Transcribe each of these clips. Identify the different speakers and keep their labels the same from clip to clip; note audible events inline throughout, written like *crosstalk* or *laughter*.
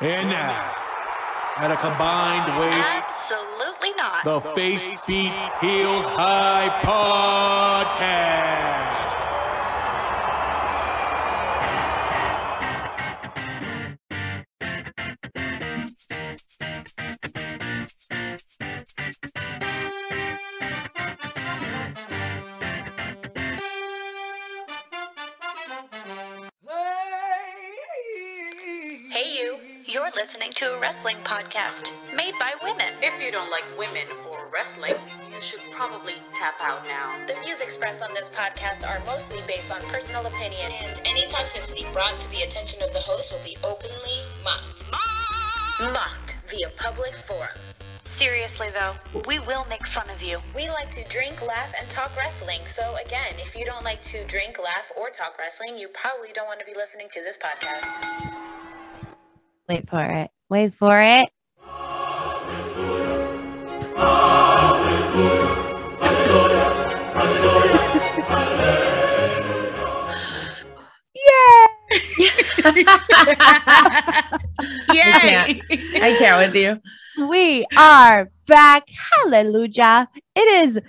Speaker 1: And now, at a combined weight,
Speaker 2: Absolutely not.
Speaker 1: the Face Beat Heels High Podcast.
Speaker 2: hey, you. You're listening to a wrestling podcast made by women.
Speaker 3: If you don't like women or wrestling, you should probably tap out now.
Speaker 2: The views expressed on this podcast are mostly based on personal opinion, and any toxicity brought to the attention of the host will be openly mocked. Mocked! Mocked via public forum. Seriously, though, we will make fun of you. We like to drink, laugh, and talk wrestling. So, again, if you don't like to drink, laugh, or talk wrestling, you probably don't want to be listening to this podcast.
Speaker 4: Wait for it. Wait for it.
Speaker 5: Yay!
Speaker 6: I can't with you.
Speaker 4: We are back. Hallelujah. It is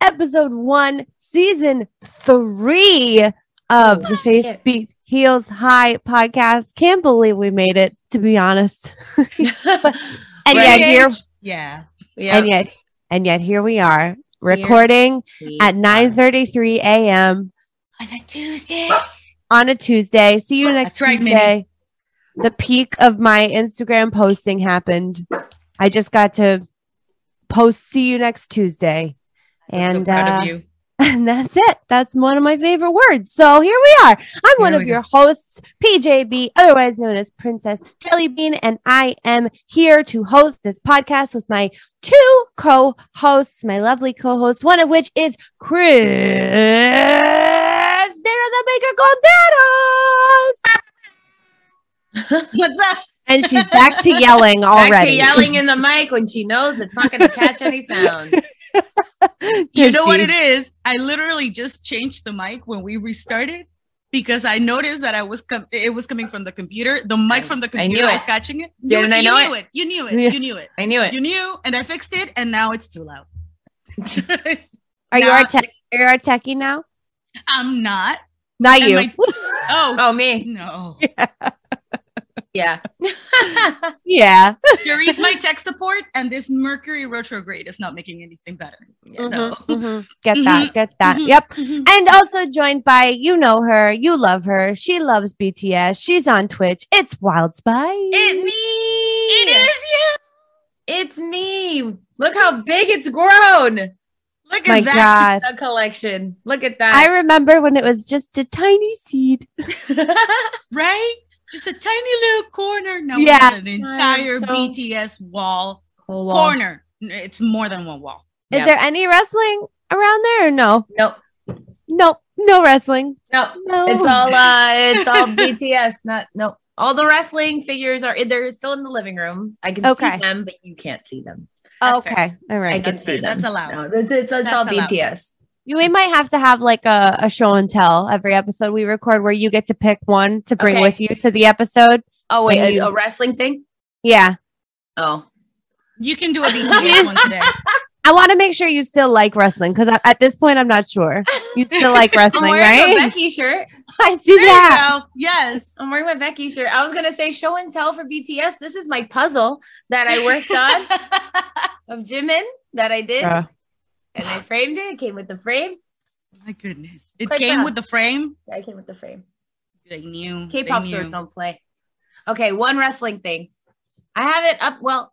Speaker 4: episode one, season three of the Face Beat Heels High podcast. Can't believe we made it, to be honest. *laughs* And
Speaker 6: Right.
Speaker 4: yet here
Speaker 5: Yeah.
Speaker 6: Yeah.
Speaker 4: and yet and yet here we are recording at 9 33 a.m.
Speaker 5: On a Tuesday.
Speaker 4: on a Tuesday. See you next
Speaker 5: That's right, Minnie.
Speaker 4: Tuesday. The peak of my Instagram posting happened. I just got to post see you next Tuesday.
Speaker 5: so
Speaker 4: And
Speaker 5: proud
Speaker 4: uh,
Speaker 5: of you.
Speaker 4: and *laughs* that's it. That's one of my favorite words. So here we are. I'm one
Speaker 5: Here
Speaker 4: of
Speaker 5: we
Speaker 4: your hosts, PJB, otherwise known as Princess Jellybean, and I am here to host this podcast with my two co-hosts, my lovely co-hosts, one of which is Chris Dana the Baker Conderos.
Speaker 6: What's up?
Speaker 4: And she's back
Speaker 5: *laughs*
Speaker 4: to yelling already.
Speaker 6: Back to
Speaker 4: *laughs*
Speaker 6: yelling in the mic when she knows it's not going to catch any sound.
Speaker 5: You know what it is? I literally just changed the mic when we restarted because I noticed that I was com- it was coming from the computer. The mic
Speaker 6: I-
Speaker 5: from the
Speaker 6: I knew
Speaker 5: computer was
Speaker 6: it.
Speaker 5: catching it.
Speaker 6: Yeah,
Speaker 5: you,
Speaker 6: and I
Speaker 5: you
Speaker 6: know
Speaker 5: knew it. You knew it.
Speaker 4: Yeah.
Speaker 5: You knew it.
Speaker 6: I knew it.
Speaker 5: You knew, and I fixed it, and now it's too loud. *laughs*
Speaker 4: Are you our tech? Are you our techie now?
Speaker 5: I'm not.
Speaker 4: Not
Speaker 5: And
Speaker 4: you.
Speaker 5: my- oh
Speaker 6: Oh, me.
Speaker 5: no!
Speaker 6: Yeah. *laughs*
Speaker 4: yeah.
Speaker 5: Here is my tech support, and this Mercury retrograde is not making anything better.
Speaker 4: Mhm,
Speaker 6: *laughs*
Speaker 5: So-
Speaker 4: mhm. Get
Speaker 6: Mm-hmm,
Speaker 4: that. Get that.
Speaker 5: Mhm.
Speaker 4: Yep. And also joined by, you know her, you love her, she loves BTS, she's on Twitch. It's Wild Spy.
Speaker 6: It me. It
Speaker 5: is
Speaker 6: you. It's me. Look how big it's grown.
Speaker 5: Look at
Speaker 4: My
Speaker 5: that.
Speaker 4: God.
Speaker 6: The collection. Look at
Speaker 4: I
Speaker 6: that.
Speaker 4: remember when it was just a tiny seed.
Speaker 6: *laughs*
Speaker 5: right? Just a tiny little corner. Now
Speaker 4: Yeah.
Speaker 5: yeah. an entire
Speaker 6: so-
Speaker 5: BTS wall,
Speaker 6: Whole wall.
Speaker 5: corner. It's more than one wall.
Speaker 4: Is
Speaker 6: Yep.
Speaker 4: there any wrestling around there or no?
Speaker 6: Nope.
Speaker 4: Nope. No wrestling.
Speaker 6: Nope.
Speaker 4: No.
Speaker 6: It's all uh it's
Speaker 4: *laughs*
Speaker 6: all BTS, not no. All the wrestling figures are they're still in the living room. I can
Speaker 4: Okay.
Speaker 6: see them, but you can't see them.
Speaker 5: That's
Speaker 4: Oh, okay.
Speaker 5: fair.
Speaker 4: All
Speaker 6: I
Speaker 4: right.
Speaker 6: can
Speaker 5: that's
Speaker 6: see
Speaker 5: fair.
Speaker 6: them.
Speaker 5: That's allowed.
Speaker 6: No, it's it's, it's
Speaker 5: That's
Speaker 6: all
Speaker 5: allowed.
Speaker 6: BTS.
Speaker 4: You- we might have to have like a, a show and tell every episode we record where you get to pick one to bring
Speaker 6: Okay.
Speaker 4: with you to the episode.
Speaker 6: Oh wait,
Speaker 4: When
Speaker 6: a,
Speaker 4: you-
Speaker 6: a wrestling thing?
Speaker 4: Yeah.
Speaker 6: Oh,
Speaker 5: You can do a BTS one today.
Speaker 4: I want to make sure you still like wrestling because at this point I'm not sure. You still
Speaker 6: *laughs*
Speaker 4: like
Speaker 6: I'm
Speaker 4: wrestling,
Speaker 6: wearing my
Speaker 4: right?
Speaker 6: Becky shirt.
Speaker 4: *laughs* I see
Speaker 5: There
Speaker 4: that.
Speaker 5: you go. *laughs* Yes.
Speaker 6: I'm wearing my Becky shirt. I was gonna say show and tell for BTS. This is my puzzle that I worked
Speaker 4: *laughs*
Speaker 6: on of Jimin that I did,
Speaker 4: Bruh.
Speaker 6: and I framed it. It came with the frame.
Speaker 5: My goodness. It
Speaker 6: Quite
Speaker 5: came
Speaker 6: fun.
Speaker 5: with the frame.
Speaker 6: Yeah, I came with the frame.
Speaker 5: They knew. they
Speaker 6: K-pop
Speaker 5: knew.
Speaker 6: stars don't play. Okay, one wrestling thing. I have it up. Well,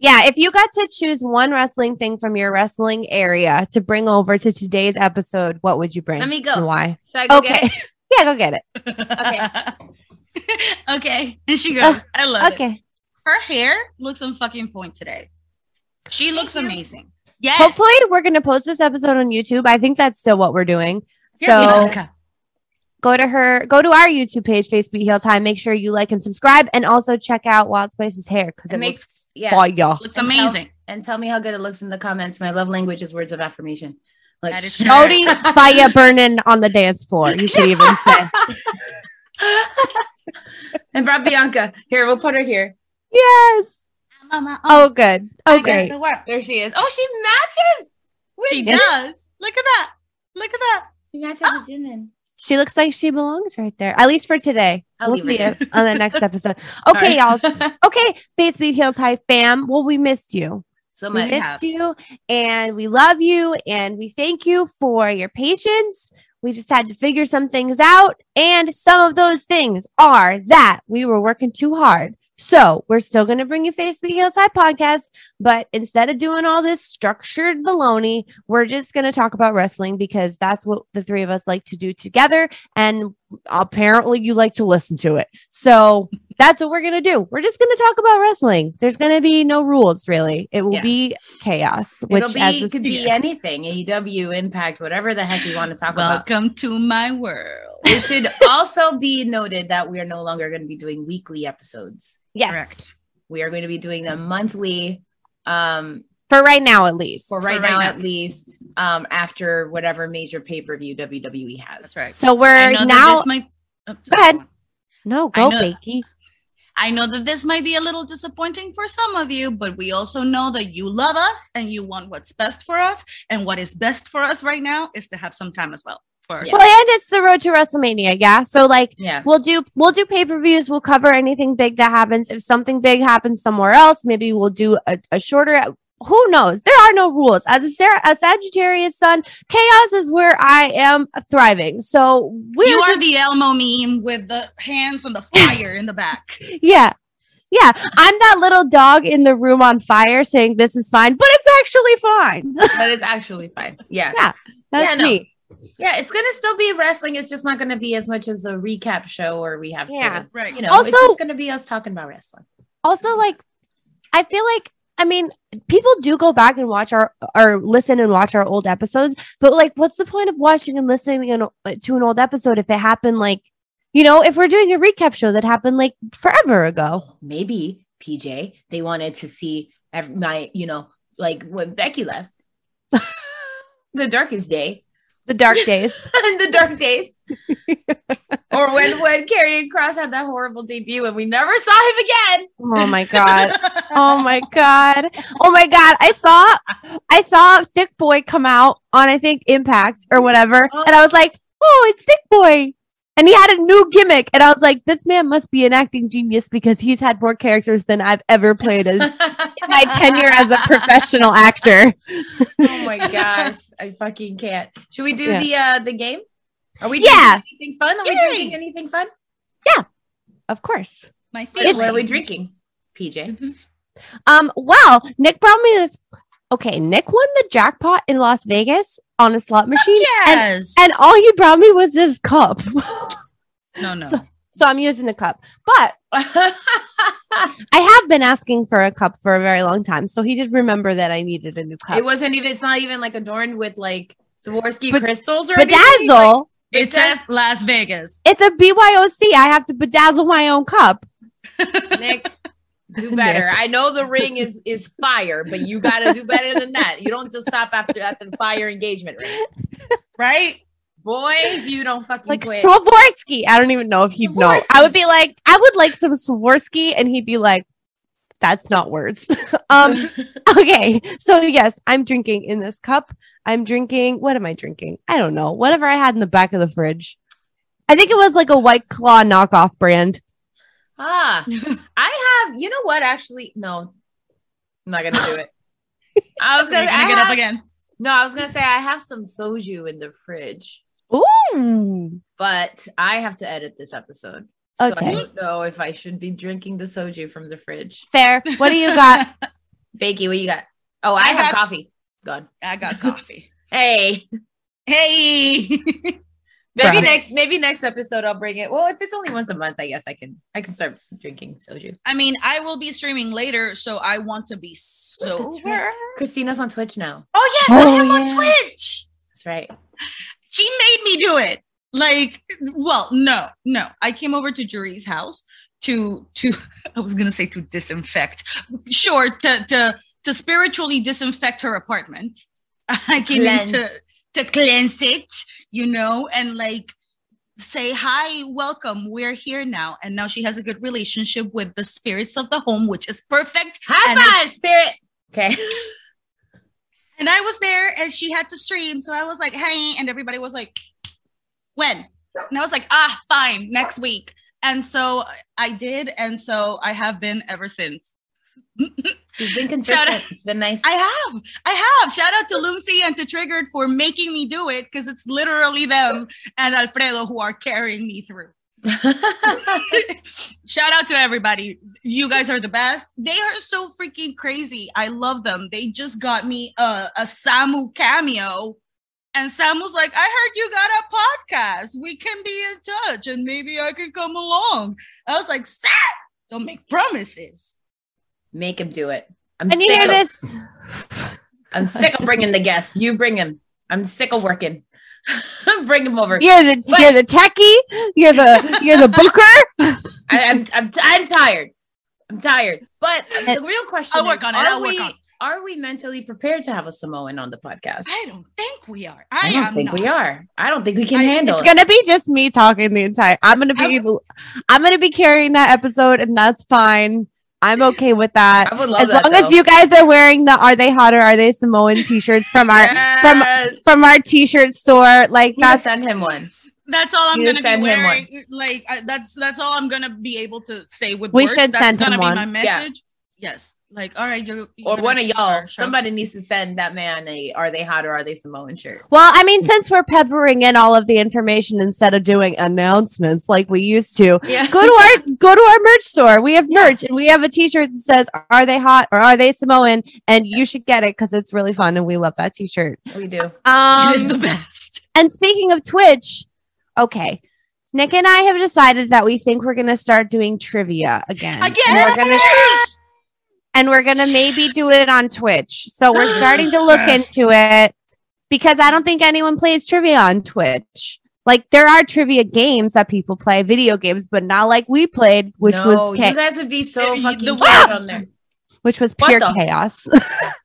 Speaker 4: Yeah, if you got to choose one wrestling thing from your wrestling area to bring over to today's episode, what would you bring?
Speaker 6: Let me go.
Speaker 4: And why?
Speaker 6: should I go
Speaker 4: okay.
Speaker 6: get it?
Speaker 4: *laughs* yeah, go get it.
Speaker 5: Okay. *laughs* okay. And she goes, I love it.
Speaker 4: Okay.
Speaker 5: Her hair looks on fucking point today. She looks
Speaker 6: you.
Speaker 5: amazing. Yes.
Speaker 4: Hopefully, we're going to post this episode on YouTube. I think that's still what we're doing.
Speaker 5: Yes,
Speaker 4: so
Speaker 5: Ivanka.
Speaker 4: go to her, go to our YouTube page, Facebook Heels High. Make sure you like and subscribe, and also check out Wild Spice's hair because
Speaker 6: It
Speaker 4: it,
Speaker 6: makes-
Speaker 4: looks
Speaker 6: yeah.
Speaker 4: fire.
Speaker 5: looks
Speaker 6: And tell-
Speaker 5: amazing.
Speaker 6: And tell me how good it looks in the comments. My love language is words of affirmation. Like, *laughs*
Speaker 5: That is
Speaker 6: shut
Speaker 5: correct. *laughs*
Speaker 4: Jody fire burning on the dance floor. You should
Speaker 6: *laughs*
Speaker 4: even say.
Speaker 6: and brought Bianca. Here, we'll put her here.
Speaker 4: Yes.
Speaker 5: I'm on my own.
Speaker 4: Oh, good. Oh,
Speaker 5: I guess
Speaker 4: great.
Speaker 5: the work.
Speaker 6: There she is. Oh, she matches.
Speaker 5: She
Speaker 4: Yes.
Speaker 5: does. Look at that. Look at that.
Speaker 6: She matches
Speaker 4: Oh,
Speaker 6: with Jimin.
Speaker 4: She looks like she belongs right there, at least for today.
Speaker 6: I'll
Speaker 4: we'll
Speaker 6: leave
Speaker 4: see
Speaker 6: her
Speaker 4: it on the
Speaker 6: *laughs*
Speaker 4: next episode. Okay, y'all. S- Okay, Facebook Heels High fam. Well, we missed you.
Speaker 6: So
Speaker 4: We
Speaker 6: much.
Speaker 4: missed you, and we love you, and we thank you for your patience. We just had to figure some things out, and some of those things are that we were working too hard. So we're still going to bring you Facebook Heels High podcast, but instead of doing all this structured baloney, we're just going to talk about wrestling because that's what the three of us like to do together, and apparently you like to listen to it. So that's what we're gonna do. We're just gonna talk about wrestling. There's gonna be no rules, really. It will
Speaker 6: Yeah.
Speaker 4: be chaos, which
Speaker 6: It'll be,
Speaker 4: as a
Speaker 6: could be anything. AEW, Impact, whatever the heck you want to talk
Speaker 4: *laughs*
Speaker 6: about.
Speaker 5: Welcome to my world.
Speaker 6: It should also be noted that we are no longer going to be doing weekly episodes.
Speaker 4: yes
Speaker 5: Correct.
Speaker 6: We are going to be doing them monthly um,
Speaker 4: for right now at least.
Speaker 6: for
Speaker 5: For
Speaker 6: right,
Speaker 5: right
Speaker 6: now,
Speaker 5: now.
Speaker 6: at least, um, after whatever major pay per view WWE E has.
Speaker 5: That's right.
Speaker 4: So
Speaker 5: I
Speaker 4: we're
Speaker 5: know that
Speaker 4: now.
Speaker 5: this might. oh,
Speaker 4: Go ahead.
Speaker 5: sorry.
Speaker 4: no,
Speaker 5: I
Speaker 4: go,
Speaker 5: know-
Speaker 4: Becky.
Speaker 5: I know that this might be a little disappointing for some of you, but we also know that you love us and you want what's best for us. And what is best for us right now is to have some time as well. For
Speaker 6: Yeah.
Speaker 4: Well, and it's the road to WrestleMania. Yeah, so like
Speaker 6: Yeah.
Speaker 4: we'll *laughs* do we'll do pay per views. We'll cover anything big that happens. If something big happens somewhere else, maybe we'll do a, a shorter. Who knows? There are no rules. As a, Sarah, a Sagittarius sun, chaos is where I am thriving. So we're
Speaker 5: you
Speaker 4: just
Speaker 5: are the Elmo meme with the hands and the fire in
Speaker 4: *laughs*
Speaker 5: the back.
Speaker 4: Yeah. Yeah. I'm that little dog in the room on fire saying this is fine, but it's actually fine.
Speaker 6: But it's actually fine. Yeah.
Speaker 4: Yeah. That's
Speaker 6: no.
Speaker 4: me.
Speaker 6: Yeah. It's going to still be wrestling. It's just not going to be as much as a recap show where we have
Speaker 4: Yeah.
Speaker 6: to,
Speaker 5: Right.
Speaker 6: you know,
Speaker 4: Also-
Speaker 6: it's just going to be us talking about wrestling.
Speaker 4: Also, like, I feel like, I mean, people do go back and watch our, or listen and watch our old episodes, but like, what's the point of watching and listening in- to an old episode if it happened like, you know, if we're doing a recap show that happened like forever ago?
Speaker 6: Maybe, PJ, they wanted to see ev- my, you know, like when Becky *laughs* left. the darkest day. *laughs*
Speaker 4: The dark days.
Speaker 6: in the dark *laughs* days. or when when Karrion Cross had that horrible debut and we never saw him again.
Speaker 4: *laughs* oh my God. oh my god oh my god i saw i saw thick boy come out on i think impact or whatever and i was like oh it's thick boy and he had a new gimmick and i was like this man must be an acting genius because he's had more characters than i've ever played as in my tenure as a professional actor
Speaker 6: *laughs* oh my gosh, I fucking can't. Should we do
Speaker 4: Yeah.
Speaker 6: the uh the game? Are we
Speaker 4: Yeah.
Speaker 6: drinking anything fun? Are we
Speaker 5: Yay.
Speaker 6: drinking anything fun?
Speaker 4: of course
Speaker 5: *laughs* My
Speaker 4: It's-
Speaker 6: what are we
Speaker 5: favorite.
Speaker 6: drinking? PJ.
Speaker 4: Um, well, Nick brought me this. Okay, Nick won the jackpot in Las Vegas on a slot machine,
Speaker 5: Yes.
Speaker 4: and all he brought me was this cup.
Speaker 5: no, no.
Speaker 4: So- so I'm using the cup, but Mm-hmm.
Speaker 6: *laughs* it
Speaker 4: I have been asking for a cup for a very long time, so he did remember that I needed a new cup.
Speaker 6: wasn't even it's not even like adorned with like Swarovski
Speaker 4: Bed-
Speaker 6: crystals or anything. Like,
Speaker 4: Bedazzle.
Speaker 5: it says Las Vegas.
Speaker 4: It's a BYOC. I have to bedazzle my own cup.
Speaker 6: Nick,
Speaker 4: *laughs*
Speaker 6: do better. I know the ring is is fire, but you got to do better than that. You don't just stop after after the fire engagement ring.
Speaker 5: Right?
Speaker 6: Boy, if you don't fucking
Speaker 4: Like
Speaker 6: quit.
Speaker 4: Swarovski. I don't even know if he'd know. I would
Speaker 6: Swarovski.
Speaker 4: be like, I would like some Swarovski, and he'd be like, that's not words. *laughs*
Speaker 6: *laughs*
Speaker 4: um, okay. So yes, I'm drinking in this cup. I'm drinking. What am I drinking? I don't know. Whatever I had in the back of the fridge. I think it was like a White Claw knockoff brand.
Speaker 6: ah, I have. You know what? Actually, no, I'm not gonna do
Speaker 4: *laughs*
Speaker 6: it. I was
Speaker 5: You're
Speaker 6: gonna,
Speaker 5: gonna
Speaker 6: I
Speaker 5: get up
Speaker 6: have-
Speaker 5: again.
Speaker 6: No, I was gonna say I have some soju in the fridge,
Speaker 4: Ooh.
Speaker 6: but I have to edit this episode. So I
Speaker 4: Okay.
Speaker 6: don't know if I should be drinking the soju from the fridge.
Speaker 4: Fair. What do you got?
Speaker 6: Bakey, what you got? Oh, I,
Speaker 5: I
Speaker 6: have
Speaker 5: have-
Speaker 6: coffee. Gone.
Speaker 5: I got coffee.
Speaker 6: Hey.
Speaker 5: Hey. *laughs*
Speaker 6: Maybe
Speaker 4: Right.
Speaker 6: next, maybe next episode I'll bring it. Well, if it's only once a month, I guess I can, I can start drinking soju.
Speaker 5: I mean, I will be streaming later, so I want to be sober.
Speaker 6: Christina's on Twitch now.
Speaker 5: Oh yes,
Speaker 4: Oh,
Speaker 5: I am
Speaker 4: yeah.
Speaker 5: on Twitch.
Speaker 6: That's right.
Speaker 5: She made me do it. Like, well, no, no. I came over to Jury's house to to *laughs* I was gonna say to disinfect. Sure, to to to spiritually disinfect her apartment. *laughs* I came in
Speaker 6: Cleanse.
Speaker 5: to to cleanse it, you know, and like say hi welcome we're here now and now she has a good relationship with the spirits of the home which is perfect
Speaker 6: High
Speaker 5: and
Speaker 6: five,
Speaker 5: it's-
Speaker 6: spirit. Okay.
Speaker 5: *laughs* and i was there and she had to stream so i was like hey and everybody was like when and i was like ah fine next week and so i did and so i have been ever since
Speaker 6: She's been
Speaker 5: Shout
Speaker 6: consistent.
Speaker 5: out-
Speaker 6: It's been nice.
Speaker 5: I have. I have. Shout out to Lucy and to Triggered for making me do it because it's literally them and Alfredo who are carrying me
Speaker 6: *laughs*
Speaker 5: through. Shout out to everybody. You guys are the best. They are so freaking crazy. I love them. They just got me a, a Samu cameo. And Sam was like, I heard you got a podcast. We can be in touch and maybe I can come along. I was like, Sam, don't make promises.
Speaker 6: Make him do it. I'm
Speaker 4: And you
Speaker 6: sick
Speaker 4: hear
Speaker 6: of,
Speaker 4: this?
Speaker 6: I'm sick of bringing the guests. You bring him. I'm sick of working. *laughs* bring him over.
Speaker 4: You're the
Speaker 6: But-
Speaker 4: you're the techie. You're the you're
Speaker 6: *laughs*
Speaker 4: the booker.
Speaker 6: I, I'm, I'm, t- I'm tired. I'm tired. But the real question
Speaker 5: I'll work
Speaker 6: is,
Speaker 5: on it.
Speaker 6: Are,
Speaker 5: I'll work
Speaker 6: we,
Speaker 5: on it.
Speaker 6: are we mentally prepared to have a Samoan on the podcast?
Speaker 5: I don't think we are. I,
Speaker 6: I don't
Speaker 5: am
Speaker 6: think
Speaker 5: not.
Speaker 6: we are. I don't think we can
Speaker 5: I-
Speaker 6: handle
Speaker 4: It's
Speaker 6: it.
Speaker 4: gonna be just me talking the entire. I'm gonna be I'm gonna be carrying that episode, and that's fine. I'm okay with that.
Speaker 6: *laughs* I would love
Speaker 4: as
Speaker 6: that,
Speaker 4: long as
Speaker 6: though.
Speaker 4: you guys are wearing the "Are they hot or are they Samoan" T-shirts from our from
Speaker 6: *laughs* Yes.
Speaker 4: from our T-shirt store, like
Speaker 6: I'm gonna
Speaker 4: that's
Speaker 6: send him one.
Speaker 5: That's all I'm
Speaker 6: You
Speaker 5: gonna
Speaker 6: send
Speaker 5: be
Speaker 6: him
Speaker 5: wearing. Like I, that's that's all I'm gonna be able to say with
Speaker 4: We
Speaker 5: words.
Speaker 4: should
Speaker 5: that's
Speaker 4: send
Speaker 5: gonna
Speaker 4: him
Speaker 5: be
Speaker 4: one.
Speaker 5: my
Speaker 6: Yeah.
Speaker 5: message. Yes. Like all right, you're, you're
Speaker 6: Or
Speaker 5: gonna
Speaker 6: one of
Speaker 5: be
Speaker 6: y'all.
Speaker 5: our show. *laughs*
Speaker 6: Somebody needs to send that man a "Are they hot or are they Samoan" shirt.
Speaker 4: Well, I mean, since we're peppering in all of the information instead of doing announcements like we used to,
Speaker 6: Yeah.
Speaker 4: go to our go to our merch store. We have merch and we have a t-shirt that says "Are they hot or are they Samoan?" and you should get it cuz it's really fun and we love that t-shirt.
Speaker 6: We do.
Speaker 5: it is
Speaker 4: Um
Speaker 5: the best.
Speaker 4: and speaking of Twitch, okay. Nick and I have decided that we think we're going to start doing trivia again.
Speaker 5: Again?
Speaker 4: And we're going to and we're gonna maybe do it on Twitch. So
Speaker 6: *gasps*
Speaker 4: we're starting to look into it because I don't think anyone plays trivia on Twitch. Like there are trivia games that people play, video games, but not like we played, which
Speaker 6: no,
Speaker 4: was
Speaker 6: you
Speaker 4: cha-
Speaker 6: guys would be so
Speaker 5: The-
Speaker 6: fucking
Speaker 5: the-
Speaker 6: wild on there.
Speaker 4: which was
Speaker 6: What
Speaker 4: pure
Speaker 6: the-
Speaker 4: chaos. it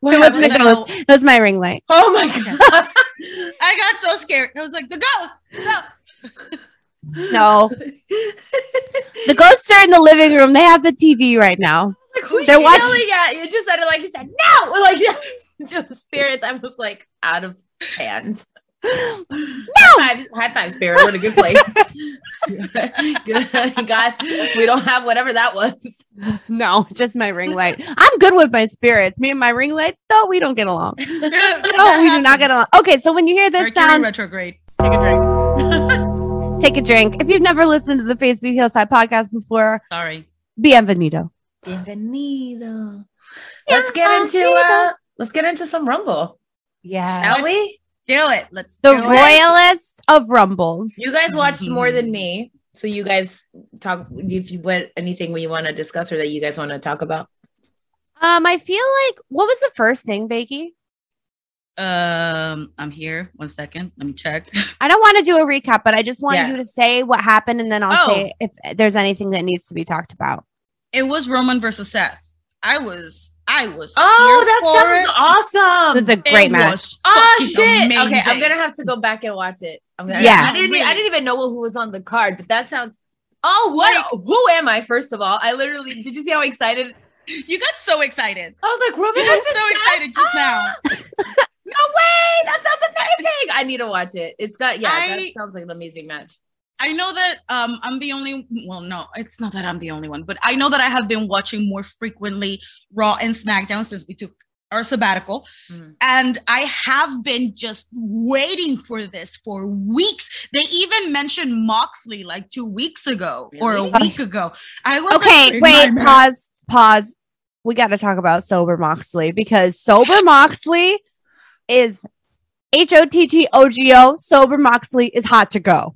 Speaker 4: was
Speaker 5: happened?
Speaker 4: Nicholas. It was my ring light.
Speaker 6: *laughs* Oh my god!
Speaker 5: I got so scared. I was like, the ghost.
Speaker 4: No, the ghosts are in the living room. They have the TV right now.
Speaker 6: like, who's
Speaker 4: They're
Speaker 6: They're
Speaker 4: watching-
Speaker 6: watching. Yeah, you just said it like you said no, *laughs* like to a spirit that was like out of hand. High five, high five, spirit. What a good place. *laughs* God, we don't have whatever that was.
Speaker 4: No, just my ring light. I'm good with my spirits. Me and my ring light, though, we don't get *laughs* along.
Speaker 5: *laughs*
Speaker 4: No, we do not get along. Okay, so when you hear this
Speaker 5: Mercury
Speaker 4: sound,
Speaker 5: retrograde.
Speaker 6: Take a drink.
Speaker 4: take a drink. If you've never listened to the Facebook Hillside podcast before,
Speaker 5: Sorry.
Speaker 4: bienvenido.
Speaker 6: Bienvenido. Let's get into uh, let's get into some rumble,
Speaker 4: Yeah.
Speaker 6: shall we?
Speaker 5: Do it. Let's
Speaker 4: The
Speaker 5: do it.
Speaker 4: royalist of rumbles.
Speaker 6: You guys watched more
Speaker 5: Mhm.
Speaker 6: than me, so you guys talk if you what anything we want to discuss or that you guys want to talk about.
Speaker 4: Um, I feel like what was the first thing, Bakey?
Speaker 5: Um, I'm here. One second. Let me check. *laughs*
Speaker 4: I don't want to do a recap, but I just want
Speaker 6: Yeah.
Speaker 4: you to say what happened and then I'll
Speaker 5: Oh.
Speaker 4: say if there's anything that needs to be talked about.
Speaker 5: It was Roman versus Seth. I was. I was.
Speaker 6: Oh,
Speaker 5: here
Speaker 6: that
Speaker 5: for
Speaker 6: sounds
Speaker 5: it.
Speaker 4: It
Speaker 6: awesome!
Speaker 4: was a great match.
Speaker 6: oh
Speaker 5: fucking
Speaker 6: shit! Okay, I'm
Speaker 5: amazing.
Speaker 6: gonna have to go back and watch it. I'm gonna.
Speaker 4: Yeah.
Speaker 6: I didn't. e, I didn't even know who was on the card, but that sounds. Oh, what? who am I? First of all, I literally did. You see how excited
Speaker 5: You got so excited.
Speaker 6: I was?
Speaker 5: *laughs*
Speaker 6: Like Roman
Speaker 5: You got
Speaker 6: versus
Speaker 5: so
Speaker 6: Seth?
Speaker 5: excited just now.
Speaker 6: No way! That sounds amazing. I need to watch it. It's got yeah.
Speaker 5: I-
Speaker 6: that sounds like an amazing match.
Speaker 5: I know that um, I'm the only. Well, no, it's not that I'm the only one, but I know that I have been watching more frequently Raw and SmackDown since we took our sabbatical,
Speaker 6: Mhm.
Speaker 5: and I have been just waiting for this for weeks. They even mentioned Moxley like two weeks ago or
Speaker 6: *laughs*
Speaker 5: a
Speaker 6: Really?
Speaker 5: week ago. I *laughs* was
Speaker 4: Okay,
Speaker 5: like,
Speaker 4: wait, pause, pause. We got to talk about Sober Moxley because Sober Moxley is H O T T O G O. Sober Moxley is hot to go.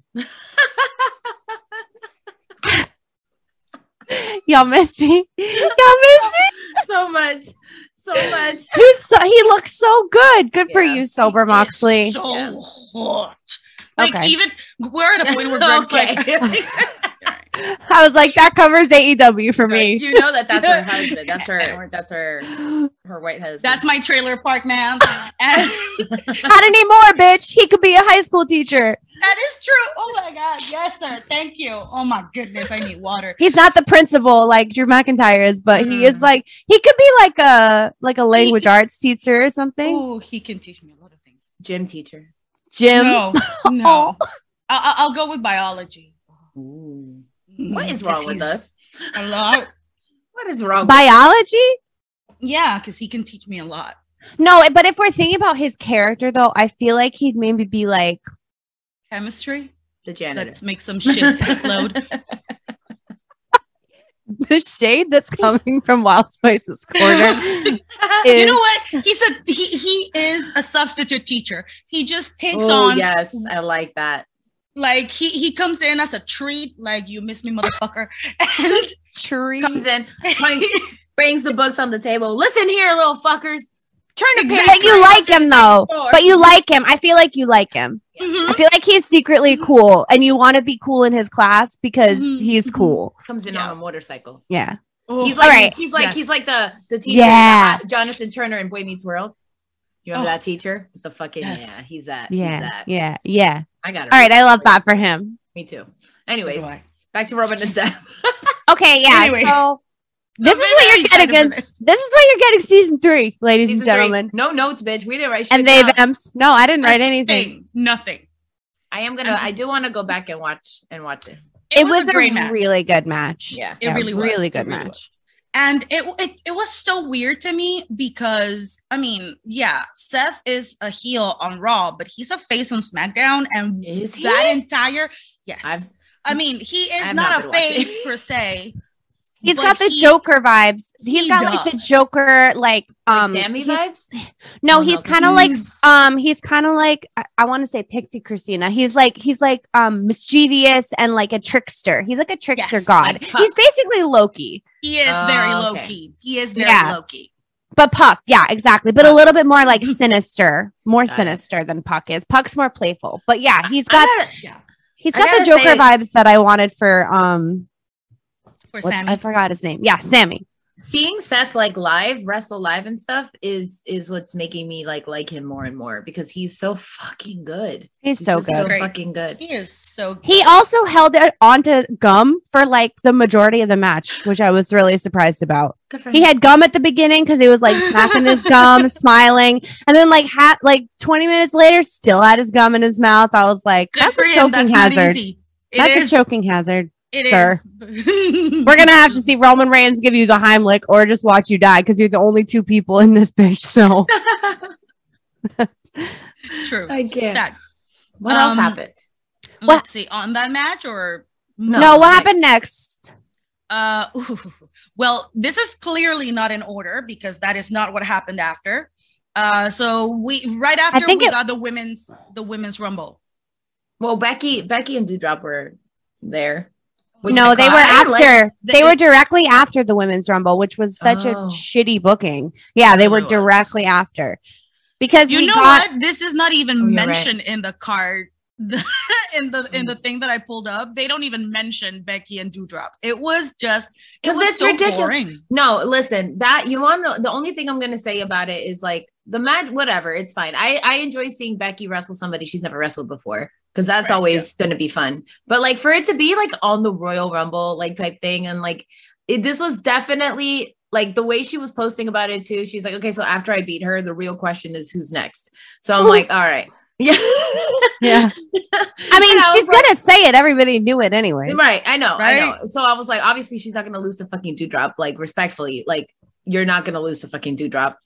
Speaker 4: Y'all missed me. Y'all missed me.
Speaker 6: *laughs* So much, *laughs* so much.
Speaker 4: He's so, he looks so good. Good for
Speaker 6: Yeah.
Speaker 4: you,
Speaker 5: He
Speaker 4: Sober
Speaker 5: is
Speaker 4: Moxley.
Speaker 5: so
Speaker 6: Yeah.
Speaker 5: hot. Like
Speaker 4: Okay.
Speaker 5: even we're at a point where Greg's
Speaker 6: *laughs* Okay.
Speaker 5: like,
Speaker 4: I was like, that covers AEW for me.
Speaker 6: You know that that's her *laughs* husband. That's her. That's her. Her white husband.
Speaker 5: That's my trailer park
Speaker 6: *laughs*
Speaker 5: man. And-
Speaker 4: *gasps* Not anymore, bitch. He could be a high school teacher.
Speaker 5: that is true. Oh my god, yes, sir. Thank you. Oh my goodness, I need water.
Speaker 4: He's not the principal like Drew McIntyre is, but he is
Speaker 5: Mm.
Speaker 6: Mhm.
Speaker 4: like he could be like a like a language
Speaker 5: *laughs*
Speaker 4: arts teacher or something.
Speaker 5: Ooh, he can teach me a lot of things.
Speaker 6: Gym teacher.
Speaker 4: Jim.
Speaker 5: No, no.
Speaker 6: *laughs*
Speaker 5: I- I- I'll go with biology. Mm,
Speaker 6: What is wrong with us?
Speaker 5: A lot.
Speaker 6: What is wrong? with
Speaker 4: Biology?
Speaker 5: Yeah, because he can teach me a lot.
Speaker 4: No, but if we're thinking about his character though, I feel like he'd maybe be like *laughs*
Speaker 5: Chemistry.
Speaker 6: the janitor?
Speaker 5: Let's make some
Speaker 6: *laughs*
Speaker 5: shit explode.
Speaker 4: the shade that's coming from Wild Spice's corner.
Speaker 5: *laughs* you
Speaker 4: is-
Speaker 5: know what? He's a he. He is a substitute teacher. He just takes
Speaker 6: Oh
Speaker 5: on
Speaker 6: yes, I like that.
Speaker 5: like he he comes in as a treat. Like you miss me, motherfucker. *laughs* And
Speaker 4: Tree.
Speaker 6: Comes in, *laughs* brings- brings the books on the table. Listen here, little fuckers. Turn the page.
Speaker 4: But you like him though.
Speaker 6: Four.
Speaker 4: But you like him. I feel like you like him.
Speaker 5: Mhm.
Speaker 4: I feel like he's secretly
Speaker 5: Mm-hmm.
Speaker 4: cool and you want to be cool in his class because
Speaker 5: Mhm,
Speaker 4: he's
Speaker 5: mhm.
Speaker 4: cool.
Speaker 6: comes in
Speaker 5: Yeah.
Speaker 6: on a motorcycle.
Speaker 4: Yeah.
Speaker 5: Oh,
Speaker 6: He's like
Speaker 4: All right.
Speaker 6: he's like
Speaker 5: Yes.
Speaker 6: he's like the the teacher.
Speaker 4: Yeah.
Speaker 6: that- Jonathan Turner in Boy Meets World. You remember
Speaker 5: Oh.
Speaker 6: that teacher? The fucking
Speaker 5: Yes.
Speaker 6: yeah, he's that. he's
Speaker 4: Yeah.
Speaker 6: that.
Speaker 4: Yeah. Yeah.
Speaker 6: I got it.
Speaker 4: All right. I love that for him.
Speaker 6: Me too.
Speaker 5: What do
Speaker 6: Anyways,
Speaker 5: I-
Speaker 6: back to Roman and Seth.
Speaker 4: Okay. Yeah.
Speaker 5: Anyway.
Speaker 4: So this
Speaker 5: So
Speaker 4: is what
Speaker 5: maybe
Speaker 4: you're
Speaker 5: I
Speaker 4: getting
Speaker 5: decided for
Speaker 4: against. This is what you're getting season three, ladies
Speaker 6: Season
Speaker 4: and
Speaker 6: three.
Speaker 4: gentlemen.
Speaker 6: No notes, bitch. We didn't write shit.
Speaker 4: And they
Speaker 6: down.
Speaker 4: them. No, I didn't write anything.
Speaker 5: Nothing. Nothing.
Speaker 6: I am gonna
Speaker 5: I'm just-
Speaker 6: I do want to go back and watch and watch it.
Speaker 4: It, was, a,
Speaker 5: great match.
Speaker 4: really good match.
Speaker 6: Yeah.
Speaker 5: It really was.
Speaker 4: really
Speaker 5: It
Speaker 4: good
Speaker 5: really
Speaker 4: match.
Speaker 5: was. and it, it it was so weird to me because I mean, yeah, Seth is a heel on Raw, but he's a face on SmackDown, and
Speaker 6: Is he?
Speaker 5: that entire yes,
Speaker 6: I've-
Speaker 5: i mean, he is
Speaker 6: I've
Speaker 5: not,
Speaker 6: not been
Speaker 5: a face
Speaker 6: watching.
Speaker 5: per se.
Speaker 4: *laughs* He's
Speaker 5: but
Speaker 4: got the
Speaker 5: he-
Speaker 4: Joker vibes.
Speaker 5: he
Speaker 4: he's got like the
Speaker 5: does.
Speaker 4: Joker, like um,
Speaker 6: like Sammy
Speaker 4: he's-
Speaker 6: vibes?
Speaker 4: *laughs* No,
Speaker 6: Oh, no,
Speaker 4: he's
Speaker 6: that's-
Speaker 4: kind of like um, he's kind of like I, I want to say Pixie Christina. He's like he's like um mischievous and like a trickster. He's like a trickster
Speaker 5: Yes,
Speaker 4: god.
Speaker 5: like Puck.
Speaker 4: he's basically Loki,
Speaker 5: He is
Speaker 6: Oh,
Speaker 5: very
Speaker 6: okay.
Speaker 5: low key. He is very
Speaker 4: Yeah.
Speaker 5: low key.
Speaker 4: but Puck, yeah, exactly, but a little bit more like sinister, more
Speaker 6: Got it.
Speaker 4: sinister than Puck is. Puck's more playful, but yeah, he's
Speaker 6: I
Speaker 4: got
Speaker 6: gotta-
Speaker 5: Yeah,
Speaker 4: he's
Speaker 6: I
Speaker 4: got the
Speaker 6: gotta
Speaker 4: Joker
Speaker 6: say-
Speaker 4: vibes that I wanted for um,
Speaker 5: for
Speaker 4: what-
Speaker 5: Sammy.
Speaker 4: I forgot his name. Yeah, Sammy.
Speaker 6: seeing Seth like live, wrestle live and stuff is is what's making me like like him more and more because he's so fucking good.
Speaker 4: He's
Speaker 6: He's
Speaker 4: so
Speaker 6: just
Speaker 4: good.
Speaker 6: so
Speaker 5: Great.
Speaker 6: fucking good.
Speaker 5: he is so good.
Speaker 4: He also held it onto gum for like the majority of the match, which I was really surprised about.
Speaker 6: Good for
Speaker 4: He
Speaker 6: him.
Speaker 4: had gum at the beginning because he was like smacking his gum, smiling, and then like ha- like twenty minutes later, still had his gum in his mouth. I was like,
Speaker 5: Good
Speaker 4: "That's
Speaker 5: for
Speaker 4: a
Speaker 5: him.
Speaker 4: choking
Speaker 5: not
Speaker 4: hazard.
Speaker 5: easy. It
Speaker 4: That's
Speaker 5: is-
Speaker 4: a choking hazard."
Speaker 5: it is.
Speaker 4: sir.
Speaker 5: *laughs*
Speaker 4: We're gonna have to see Roman Reigns give you the Heimlich or just watch you die because you're the only two people in this bitch. So
Speaker 6: *laughs*
Speaker 5: True.
Speaker 6: I can't.
Speaker 5: That.
Speaker 6: What else
Speaker 5: Um,
Speaker 6: happened?
Speaker 4: What-
Speaker 5: Let's see on that match or
Speaker 4: no,
Speaker 6: No,
Speaker 4: what
Speaker 6: nice.
Speaker 4: happened next?
Speaker 5: Uh, *laughs* ooh. well, this is clearly not in order because that is not what happened after. Uh, so we right after
Speaker 4: think
Speaker 5: we
Speaker 4: it-
Speaker 5: got the women's the women's rumble.
Speaker 6: Well, Becky, Becky and Dewdrop were there. Which
Speaker 4: No,
Speaker 6: I
Speaker 4: they
Speaker 6: caught.
Speaker 4: were
Speaker 6: I
Speaker 4: after.
Speaker 6: like-
Speaker 4: they were directly after the women's rumble, which was such a
Speaker 6: Oh.
Speaker 4: shitty booking. Yeah, they were
Speaker 5: Really was.
Speaker 4: directly after because
Speaker 5: You
Speaker 4: we
Speaker 5: know
Speaker 4: got *laughs*
Speaker 5: what? This is not even
Speaker 6: Oh, you're right.
Speaker 5: mentioned in the card. *laughs* in the in the thing that I pulled up, they don't even mention Becky and Dewdrop. It was just it
Speaker 6: 'Cause
Speaker 5: was
Speaker 6: that's
Speaker 5: so
Speaker 6: ridiculous.
Speaker 5: boring.
Speaker 6: No, listen, that you want to, the only thing I'm going to say about it is like the match, whatever, it's fine. I, I enjoy seeing Becky wrestle somebody she's never wrestled before because that's
Speaker 5: Right,
Speaker 6: always going to be fun. But like for it to be like on the Royal Rumble, like type thing, and like it, this was definitely like the way she was posting about it too. She's like, okay, so after I beat her, the real question is who's next. So I'm
Speaker 4: Ooh.
Speaker 6: like, all right. *laughs* Yeah.
Speaker 4: Yeah. I mean,
Speaker 6: And I
Speaker 4: she's
Speaker 6: was like-
Speaker 4: gonna say it. Everybody knew it anyway.
Speaker 6: Right. I know.
Speaker 5: Right?
Speaker 6: I know. So I was like, obviously, she's not going to lose to fucking Dewdrop. Like, respectfully, like, you're not going to lose to fucking Dewdrop,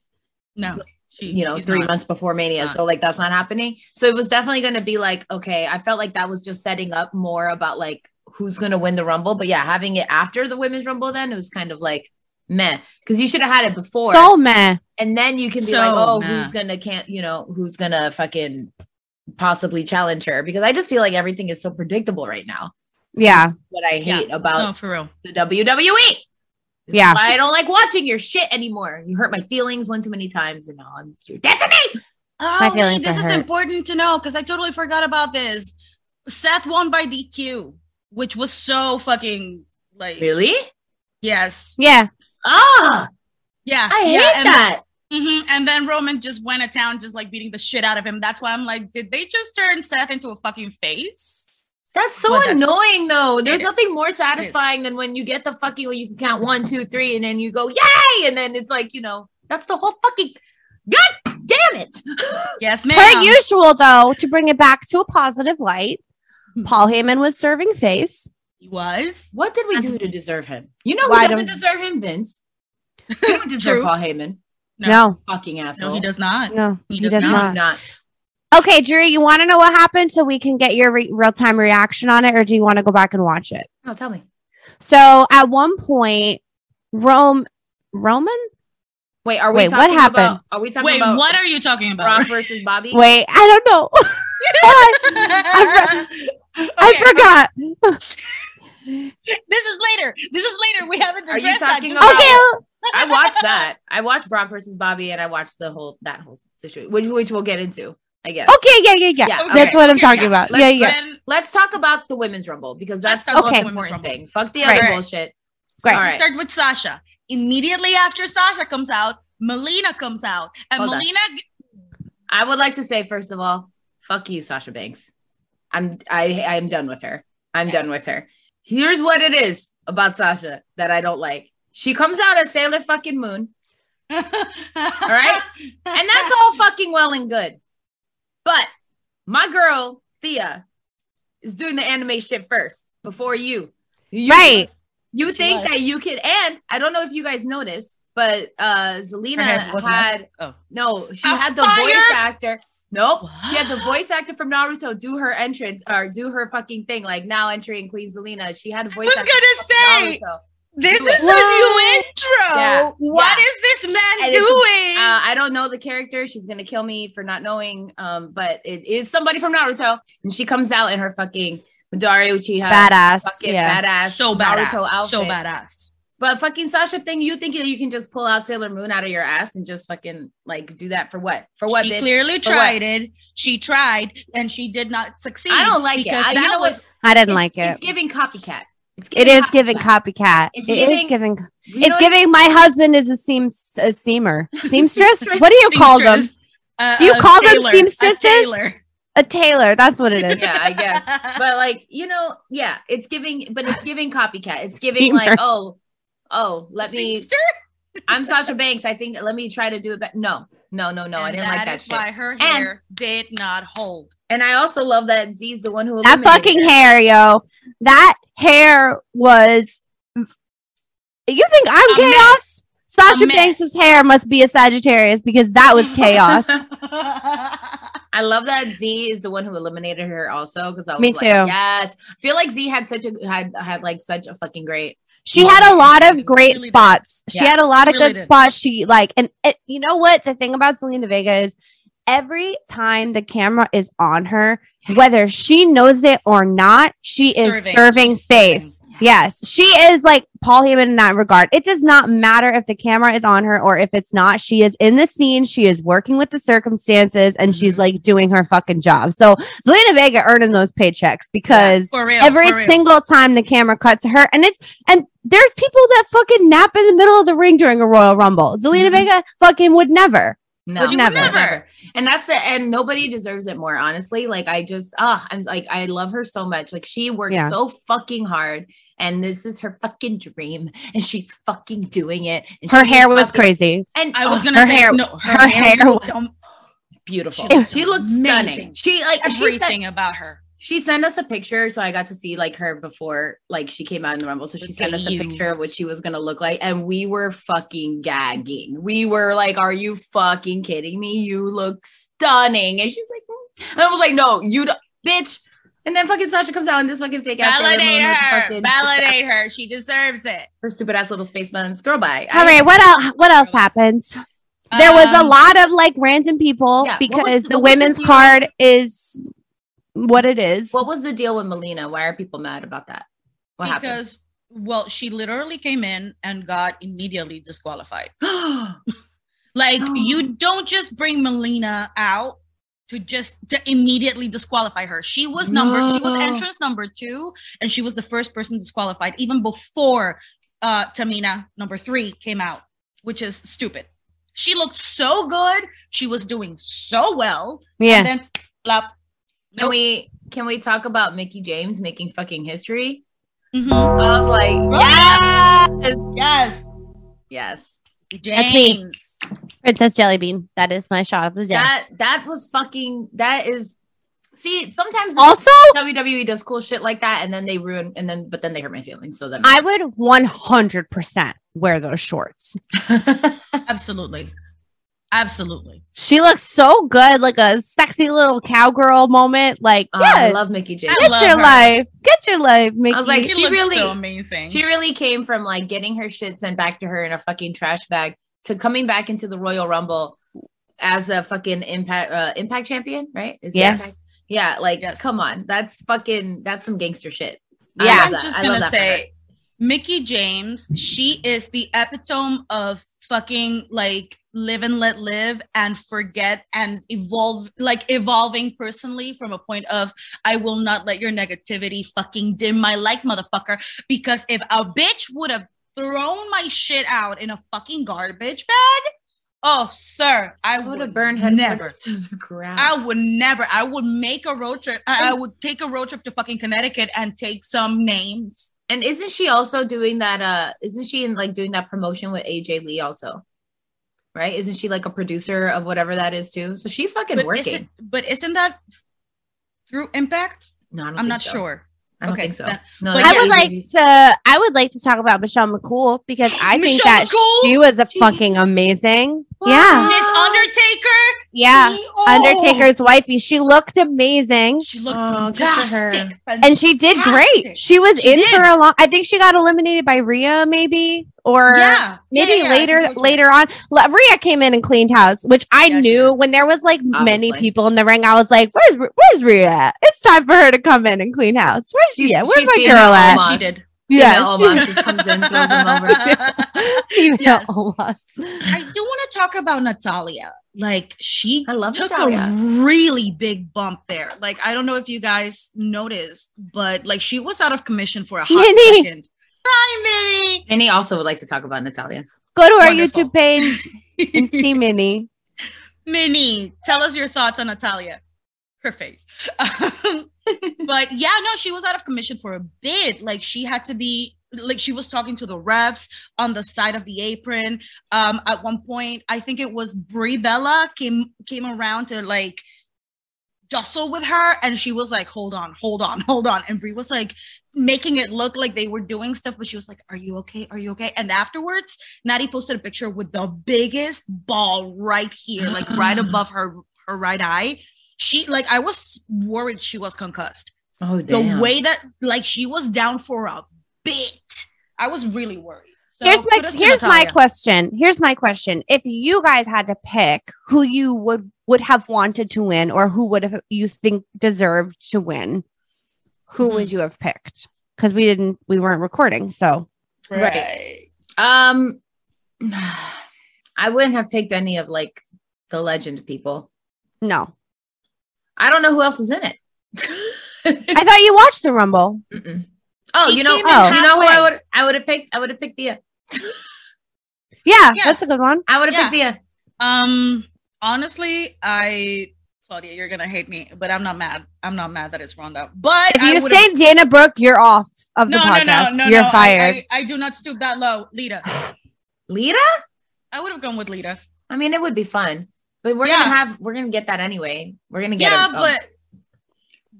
Speaker 5: No, she,
Speaker 6: you know,
Speaker 5: she's
Speaker 6: three
Speaker 5: not.
Speaker 6: months before Mania.
Speaker 5: Not.
Speaker 6: So, like, that's not happening. So it was definitely going to be like, okay, I felt like that was just setting up more about like who's going to win the Rumble. But yeah, having it after the Women's Rumble, then it was kind of like, meh, because you should have had it before.
Speaker 4: So meh.
Speaker 6: and then you can be
Speaker 5: So
Speaker 6: like, oh,
Speaker 5: meh.
Speaker 6: who's going to can't, you know, who's going to fucking possibly challenge her? Because I just feel like everything is so predictable right now.
Speaker 4: Yeah.
Speaker 6: What I
Speaker 5: Yeah.
Speaker 6: hate about
Speaker 5: No, for real.
Speaker 6: the WWE. This is
Speaker 4: Yeah.
Speaker 6: why I don't like watching your shit anymore. You hurt my feelings one too many times, and now I'm you're dead to me.
Speaker 5: Oh,
Speaker 4: My
Speaker 5: wait,
Speaker 4: feelings
Speaker 5: this
Speaker 4: are
Speaker 5: is
Speaker 4: hurt.
Speaker 5: important to know because I totally forgot about this. Seth won by DQ. which was so fucking like
Speaker 6: Really?
Speaker 5: yes,
Speaker 4: Yeah.
Speaker 6: Ah,
Speaker 5: yeah,
Speaker 6: I hate
Speaker 5: yeah, and-
Speaker 6: that.
Speaker 5: mhm, and then Roman just went to town, just like beating the shit out of him. That's why I'm like, did they just turn Seth into a fucking face?
Speaker 6: That's so
Speaker 5: Well, that's-
Speaker 6: annoying, though. There's
Speaker 5: is.
Speaker 6: nothing more satisfying than when you get the fucking when you can count one, two, three, and then you go yay, and then it's like you know that's the whole fucking. God damn it!
Speaker 5: Yes,
Speaker 4: Per
Speaker 5: ma'am.
Speaker 4: usual, though, to bring it back to a positive light, Paul Heyman was serving face.
Speaker 5: He was.
Speaker 6: What did we
Speaker 5: That's-
Speaker 6: do to deserve him? You know who
Speaker 4: Why
Speaker 6: doesn't
Speaker 4: don't-
Speaker 6: deserve him, Vince. You don't deserve
Speaker 5: True.
Speaker 6: Paul Heyman.
Speaker 4: No,
Speaker 6: Fucking asshole.
Speaker 5: No, he does not.
Speaker 4: no,
Speaker 5: He
Speaker 4: he,
Speaker 5: does
Speaker 4: does,
Speaker 6: No,
Speaker 4: not.
Speaker 6: I'm not.
Speaker 4: Okay, Drew, you want to know what happened so we can get your re- real time reaction on it, or do you want to go back and watch it?
Speaker 6: No, tell me.
Speaker 4: So at one point, Rome, Roman?
Speaker 6: Wait, are we
Speaker 4: Wait, what
Speaker 6: talking
Speaker 4: happened?
Speaker 6: about? Are we talking
Speaker 5: Wait,
Speaker 6: about
Speaker 5: what are you talking
Speaker 6: Brock
Speaker 5: about?
Speaker 6: versus Bobby?
Speaker 4: Wait, I don't know. *laughs* I,
Speaker 6: *laughs*
Speaker 5: Okay,
Speaker 4: I forgot.
Speaker 5: *laughs* This is later. This is later. We haven't
Speaker 6: Are you
Speaker 5: addressed that.
Speaker 6: talking
Speaker 5: Just-
Speaker 6: about-
Speaker 4: Okay,
Speaker 6: I watched that. I watched Brock versus Bobby, and I watched the whole that whole situation, which which we'll get into. I guess.
Speaker 4: okay, yeah, yeah, yeah.
Speaker 6: Yeah,
Speaker 4: That's
Speaker 5: okay,
Speaker 4: what I'm
Speaker 5: okay,
Speaker 4: talking
Speaker 5: yeah.
Speaker 4: about.
Speaker 6: Let's-
Speaker 4: yeah, yeah.
Speaker 5: Then-
Speaker 6: Let's talk about the women's rumble because that's
Speaker 5: Let's
Speaker 6: the
Speaker 5: talk about
Speaker 6: most
Speaker 5: the women's
Speaker 6: important
Speaker 5: rumble.
Speaker 6: thing. Fuck the
Speaker 4: Right.
Speaker 6: other
Speaker 5: Right.
Speaker 6: bullshit.
Speaker 4: Great.
Speaker 6: All
Speaker 5: We
Speaker 6: right.
Speaker 5: start with Sasha. Immediately after Sasha comes out, Melina comes out, and
Speaker 6: Hold on.
Speaker 5: Melina. *laughs*
Speaker 6: I would like to say first of all, fuck you, Sasha Banks. I'm I I'm done with her. I'm
Speaker 5: Yes.
Speaker 6: done with her. Here's what it is about Sasha that I don't like. She comes out as Sailor fucking Moon,
Speaker 5: all
Speaker 6: right? and that's all fucking well and good. But my girl Thea is doing the anime shit first before you. you
Speaker 4: Right.
Speaker 6: You
Speaker 5: She
Speaker 6: think
Speaker 5: was.
Speaker 6: that you can? And I don't know if you guys noticed, but uh Zelina
Speaker 5: Her head wasn't
Speaker 6: had
Speaker 5: Oh.
Speaker 6: no. She
Speaker 5: A
Speaker 6: had the
Speaker 5: fire?
Speaker 6: voice actor. Nope.
Speaker 5: *gasps*
Speaker 6: She had the
Speaker 5: What?
Speaker 6: voice actor from Naruto do her entrance or do her fucking thing. Like now entering Queen Zelina, she had a
Speaker 5: I
Speaker 6: voice
Speaker 5: was
Speaker 6: actor.
Speaker 5: gonna
Speaker 6: from
Speaker 5: say
Speaker 6: Naruto.
Speaker 5: this
Speaker 6: Do it.
Speaker 5: is a new intro.
Speaker 6: Yeah,
Speaker 5: What
Speaker 6: yeah.
Speaker 5: is this man
Speaker 6: And it's-
Speaker 5: doing?
Speaker 6: Uh, I don't know the character. She's gonna kill me for not knowing. Um, but it is somebody from Naruto, and she comes out in her fucking Midori Uchiha
Speaker 4: Badass.
Speaker 6: fucking
Speaker 4: Yeah.
Speaker 6: badass,
Speaker 5: so
Speaker 6: Naruto
Speaker 5: badass.
Speaker 6: outfit.
Speaker 5: So badass.
Speaker 6: But fucking Sasha thing, you think that you can just pull out Sailor Moon out of your ass and just fucking like do that for what? For what?
Speaker 5: she
Speaker 6: bitch?
Speaker 5: clearly
Speaker 6: For what?
Speaker 5: tried it. She tried, and she did not succeed.
Speaker 6: I don't like it.
Speaker 5: because
Speaker 6: I, you
Speaker 5: that
Speaker 6: know
Speaker 5: was
Speaker 6: what?
Speaker 4: I didn't like
Speaker 6: It's
Speaker 4: it.
Speaker 6: giving copycat. It's
Speaker 4: It is giving copycat.
Speaker 6: It's
Speaker 4: It's giving,
Speaker 6: giving- You know
Speaker 4: It's
Speaker 6: what
Speaker 4: giving. My husband is a seam a
Speaker 6: *laughs*
Speaker 4: seamer seamstress. what do you call them?
Speaker 5: seamstress, uh,
Speaker 4: Do you
Speaker 5: a
Speaker 4: call them
Speaker 5: tailor, a
Speaker 4: seamstresses?
Speaker 6: *laughs*
Speaker 5: tailor.
Speaker 4: A tailor. That's what it is.
Speaker 6: Yeah, I guess. but like you know yeah it's giving but it's giving copycat it's giving
Speaker 4: Steamer.
Speaker 6: like oh oh let me
Speaker 5: Seamster?
Speaker 6: i'm sasha banks i think let me try to do it back no no no no i
Speaker 5: And
Speaker 6: didn't like that
Speaker 5: is
Speaker 6: shit
Speaker 5: why her hair did not hold.
Speaker 6: and i also love that z's the one who
Speaker 4: that
Speaker 6: eliminated
Speaker 4: fucking
Speaker 6: her.
Speaker 4: hair, yo. That hair was. You think I'm
Speaker 5: A
Speaker 4: chaos? Sasha
Speaker 5: A mess.
Speaker 4: Banks's hair must be a Sagittarius because that
Speaker 5: *laughs*
Speaker 4: was chaos.
Speaker 6: i love that z is the one who eliminated her also because i was
Speaker 4: Me
Speaker 6: like,
Speaker 4: too.
Speaker 6: yes I feel like z had such a had had like such a fucking great
Speaker 4: she had a lot of great
Speaker 5: Really did.
Speaker 4: spots. She
Speaker 6: Yeah,
Speaker 4: had a lot of
Speaker 5: really
Speaker 4: good
Speaker 5: did.
Speaker 4: spots. She like, and it, you know what? The thing about Selena Vega is every time the camera is on her, whether she knows it or not, she is
Speaker 5: Serving.
Speaker 4: serving
Speaker 5: She's serving.
Speaker 4: face. Yes, she is like Paul Heyman in that regard. It does not matter if the camera is on her or if it's not. She is in the scene. She is working with the circumstances, and
Speaker 5: Mm-hmm.
Speaker 4: she's like doing her fucking job. So Zelina Vega earning those paychecks because
Speaker 5: For real. for
Speaker 4: every
Speaker 5: real.
Speaker 4: single time the camera cuts to her and it's and there's people that fucking nap in the middle of the ring during a royal rumble zelina
Speaker 6: Mm-hmm.
Speaker 5: Mhm.
Speaker 4: vega fucking would never
Speaker 6: No,
Speaker 4: Would you never?
Speaker 6: never. And that's the and nobody deserves it more, honestly. Like I just ah, I'm like I love her so much. Like she worked
Speaker 4: Yeah.
Speaker 6: so fucking hard, and this is her fucking dream, and she's fucking doing it. And
Speaker 4: her
Speaker 6: she
Speaker 4: hair
Speaker 6: is
Speaker 4: was
Speaker 6: fucking-
Speaker 4: crazy
Speaker 6: And
Speaker 5: I was
Speaker 6: oh,
Speaker 5: gonna
Speaker 4: Her
Speaker 5: say
Speaker 4: hair-
Speaker 5: no.
Speaker 4: her hair
Speaker 5: looked
Speaker 4: was-
Speaker 5: um,
Speaker 6: beautiful.
Speaker 5: She
Speaker 6: She,
Speaker 5: looked
Speaker 6: looked
Speaker 5: amazing.
Speaker 6: stunning. She like she sent,
Speaker 5: everything about her.
Speaker 6: she sent us a picture, so I got to see like her before like she came out in the rumble. So she
Speaker 5: Look
Speaker 6: sent
Speaker 5: at
Speaker 6: us a
Speaker 5: you.
Speaker 6: picture of what she was gonna look like, and we were fucking gagging. We were like, "Are you fucking kidding me? You look stunning!" And she's like, "Mm." and I was like, "No, you don't, bitch." And then fucking Sasha comes out in this fucking fake ass Sailor Moon
Speaker 5: Validate
Speaker 6: with
Speaker 5: her.
Speaker 6: fucking
Speaker 5: Validate her. She deserves it.
Speaker 6: her stupid ass little space buns. Girl, bye. I-
Speaker 4: all right what else what else happens there was a
Speaker 5: Um,
Speaker 4: lot of like random people
Speaker 6: yeah, what
Speaker 4: because
Speaker 6: was-
Speaker 4: the
Speaker 6: what was the
Speaker 4: women's
Speaker 6: deal?
Speaker 4: card is what it is
Speaker 6: What was the deal with Melina? Why are people mad about that? What *gasps* happened?
Speaker 5: because *gasps* well, she literally came in and got immediately
Speaker 6: *gasps*
Speaker 5: disqualified. Like you don't just bring Melina out to just to immediately disqualify her. She was number she was entrance number two, and she was the first person disqualified even before uh, Tamina number three came out, which is stupid. She looked so good. She was doing so well.
Speaker 4: Yeah.
Speaker 5: And then, blah.
Speaker 6: Can we can we talk about Mickey James making fucking history?
Speaker 5: Mhm.
Speaker 6: I was like, yes,
Speaker 5: Yes.
Speaker 6: yes.
Speaker 4: That's me.
Speaker 5: James.
Speaker 4: Princess Jellybean. That is my shot of the day.
Speaker 6: That that was fucking. That is. See, sometimes
Speaker 4: also,
Speaker 6: WWE does cool shit like that, and then they ruin, and then but then they hurt my feelings. So then,
Speaker 4: I would 100% wear those shorts.
Speaker 5: Absolutely. Absolutely.
Speaker 4: She looks so good, like a sexy little cowgirl moment. Like,
Speaker 6: Oh, I
Speaker 4: yes,
Speaker 6: love Mickey James.
Speaker 5: I
Speaker 4: get
Speaker 5: love
Speaker 4: your
Speaker 5: her.
Speaker 4: life, get your life, Mickey.
Speaker 6: was like, she
Speaker 5: looked
Speaker 6: really-
Speaker 5: so amazing.
Speaker 6: She really came from like getting her shit sent back to her in a fucking trash bag to coming back into the Royal Rumble as a fucking impact uh, impact champion, right? Is it
Speaker 4: Yes.
Speaker 6: Impact? Yeah, like
Speaker 5: Yes.
Speaker 6: come on. That's fucking that's some gangster shit. I
Speaker 4: Yeah.
Speaker 6: love
Speaker 5: I'm
Speaker 6: that.
Speaker 5: just
Speaker 6: I love
Speaker 5: gonna
Speaker 6: that for her.
Speaker 5: say, Mickey James, she is the epitome of fucking like live and let live and forget and evolve, like evolving personally from a point of I will not let your negativity fucking dim my light, motherfucker. Because if a bitch would have thrown my shit out in a fucking garbage bag, oh sir, I
Speaker 6: I
Speaker 5: would
Speaker 6: would
Speaker 5: have
Speaker 6: burned her
Speaker 5: never.
Speaker 6: to the ground.
Speaker 5: I would never. I would make a road trip. I, I would take a road trip to fucking Connecticut and take some names.
Speaker 6: and isn't she also doing that uh isn't she in like doing that promotion with AJ Lee also? Right? Isn't she like a producer of whatever that is too? So she's fucking working.
Speaker 5: Isn't, but isn't that through impact?
Speaker 6: no, I don't
Speaker 5: I'm
Speaker 6: think
Speaker 5: not
Speaker 6: so.
Speaker 5: sure.
Speaker 6: I don't
Speaker 5: Okay,
Speaker 6: think so.
Speaker 5: that-
Speaker 6: No,
Speaker 5: but
Speaker 6: that's
Speaker 4: I would
Speaker 6: easy.
Speaker 4: like to. I would like to talk about Michelle McCool because
Speaker 5: *gasps*
Speaker 4: I think
Speaker 5: Michelle
Speaker 4: that
Speaker 5: McCool?
Speaker 4: she was a
Speaker 6: She-
Speaker 4: fucking amazing. Yeah,
Speaker 5: Miss Undertaker.
Speaker 4: Uh, yeah.
Speaker 5: she- oh.
Speaker 4: Undertaker's wifey. She looked amazing,
Speaker 5: She looked
Speaker 6: Oh, good for
Speaker 5: fantastic.
Speaker 4: and uh, she did
Speaker 5: Fantastic.
Speaker 4: great. She was
Speaker 5: She
Speaker 4: in
Speaker 5: did.
Speaker 4: for a long. I think she got eliminated by Rhea, maybe or
Speaker 5: yeah,
Speaker 4: maybe
Speaker 5: yeah, yeah, I think
Speaker 4: later
Speaker 5: those were-
Speaker 4: later on La- Rhea came in and cleaned house which I
Speaker 5: Yeah,
Speaker 4: knew
Speaker 5: sure.
Speaker 4: when there was like many
Speaker 6: Obviously.
Speaker 4: people in the ring I was like where's Rh- where's Rhea at? it's time for her to come in and clean house where's she
Speaker 6: She's-
Speaker 4: at? where's
Speaker 6: she's
Speaker 4: my
Speaker 6: being
Speaker 4: girl at
Speaker 6: Omos.
Speaker 5: She did.
Speaker 4: yeah
Speaker 6: Female Omos
Speaker 4: she-
Speaker 6: just comes in, throws them over.
Speaker 5: *laughs*
Speaker 4: *laughs* female
Speaker 5: Yes.
Speaker 4: Omos.
Speaker 5: I do want to talk about Natalia. Like she
Speaker 6: I love
Speaker 5: took
Speaker 6: Natalia.
Speaker 5: a really big bump there. Like I don't know if you guys noticed, but like she was out of commission for a hot
Speaker 4: Minnie.
Speaker 5: second. Hi, Minnie.
Speaker 6: And he also would like to talk about Natalia.
Speaker 4: go to our
Speaker 5: Wonderful.
Speaker 4: YouTube page and see Minnie
Speaker 5: *laughs* Minnie, tell us your thoughts on Natalia. Her face. *laughs* Um, but yeah, no, she was out of commission for a bit. Like she had to be like she was talking to the refs on the side of the apron. Um, at one point, I think it was Brie Bella came came around to like jostle with her and she was like, Hold on, hold on, hold on. And Brie was like making it look like they were doing stuff, but she was like, Are you okay? Are you okay? And afterwards, Natty posted a picture with the biggest ball right here, like right above her her right eye. She like I was worried she was concussed.
Speaker 6: Oh
Speaker 5: The way that like she was down for a bit, I was really worried. So
Speaker 4: here's my
Speaker 5: kudos to
Speaker 4: here's my
Speaker 5: Natalia.
Speaker 4: question here's my question if you guys had to pick who you would would have wanted to win or who would have you think deserved to win who
Speaker 5: Mm-hmm.
Speaker 4: would you have picked because we didn't we weren't recording so
Speaker 5: Right.
Speaker 6: Um, *sighs* I wouldn't have picked any of like the legend people.
Speaker 5: *laughs*
Speaker 4: no
Speaker 6: I don't know who else is in it.
Speaker 4: i thought you watched the rumble
Speaker 6: Mm-mm. oh,
Speaker 5: She
Speaker 6: you know,
Speaker 5: came
Speaker 4: in
Speaker 6: you know who I
Speaker 5: halfway.
Speaker 6: would I would have picked. I would have picked Thea.
Speaker 4: yeah
Speaker 5: Yes.
Speaker 4: that's a good one
Speaker 6: I would have
Speaker 5: Yeah.
Speaker 6: picked Thea.
Speaker 5: Um honestly, I Claudia, you're gonna hate me, but I'm not mad. I'm not mad that it's Ronda. But
Speaker 4: if
Speaker 5: I
Speaker 4: you
Speaker 5: would've-
Speaker 4: say dana brooke you're off of the podcast you're
Speaker 5: I-
Speaker 4: fired
Speaker 5: I, I do not stoop that low, Lita.
Speaker 6: Lita.
Speaker 5: I would have gone with Lita.
Speaker 6: I mean, it would be fun, but we're
Speaker 5: Yeah.
Speaker 6: gonna have we're gonna get that anyway. We're gonna get.
Speaker 5: yeah,
Speaker 6: it.
Speaker 5: but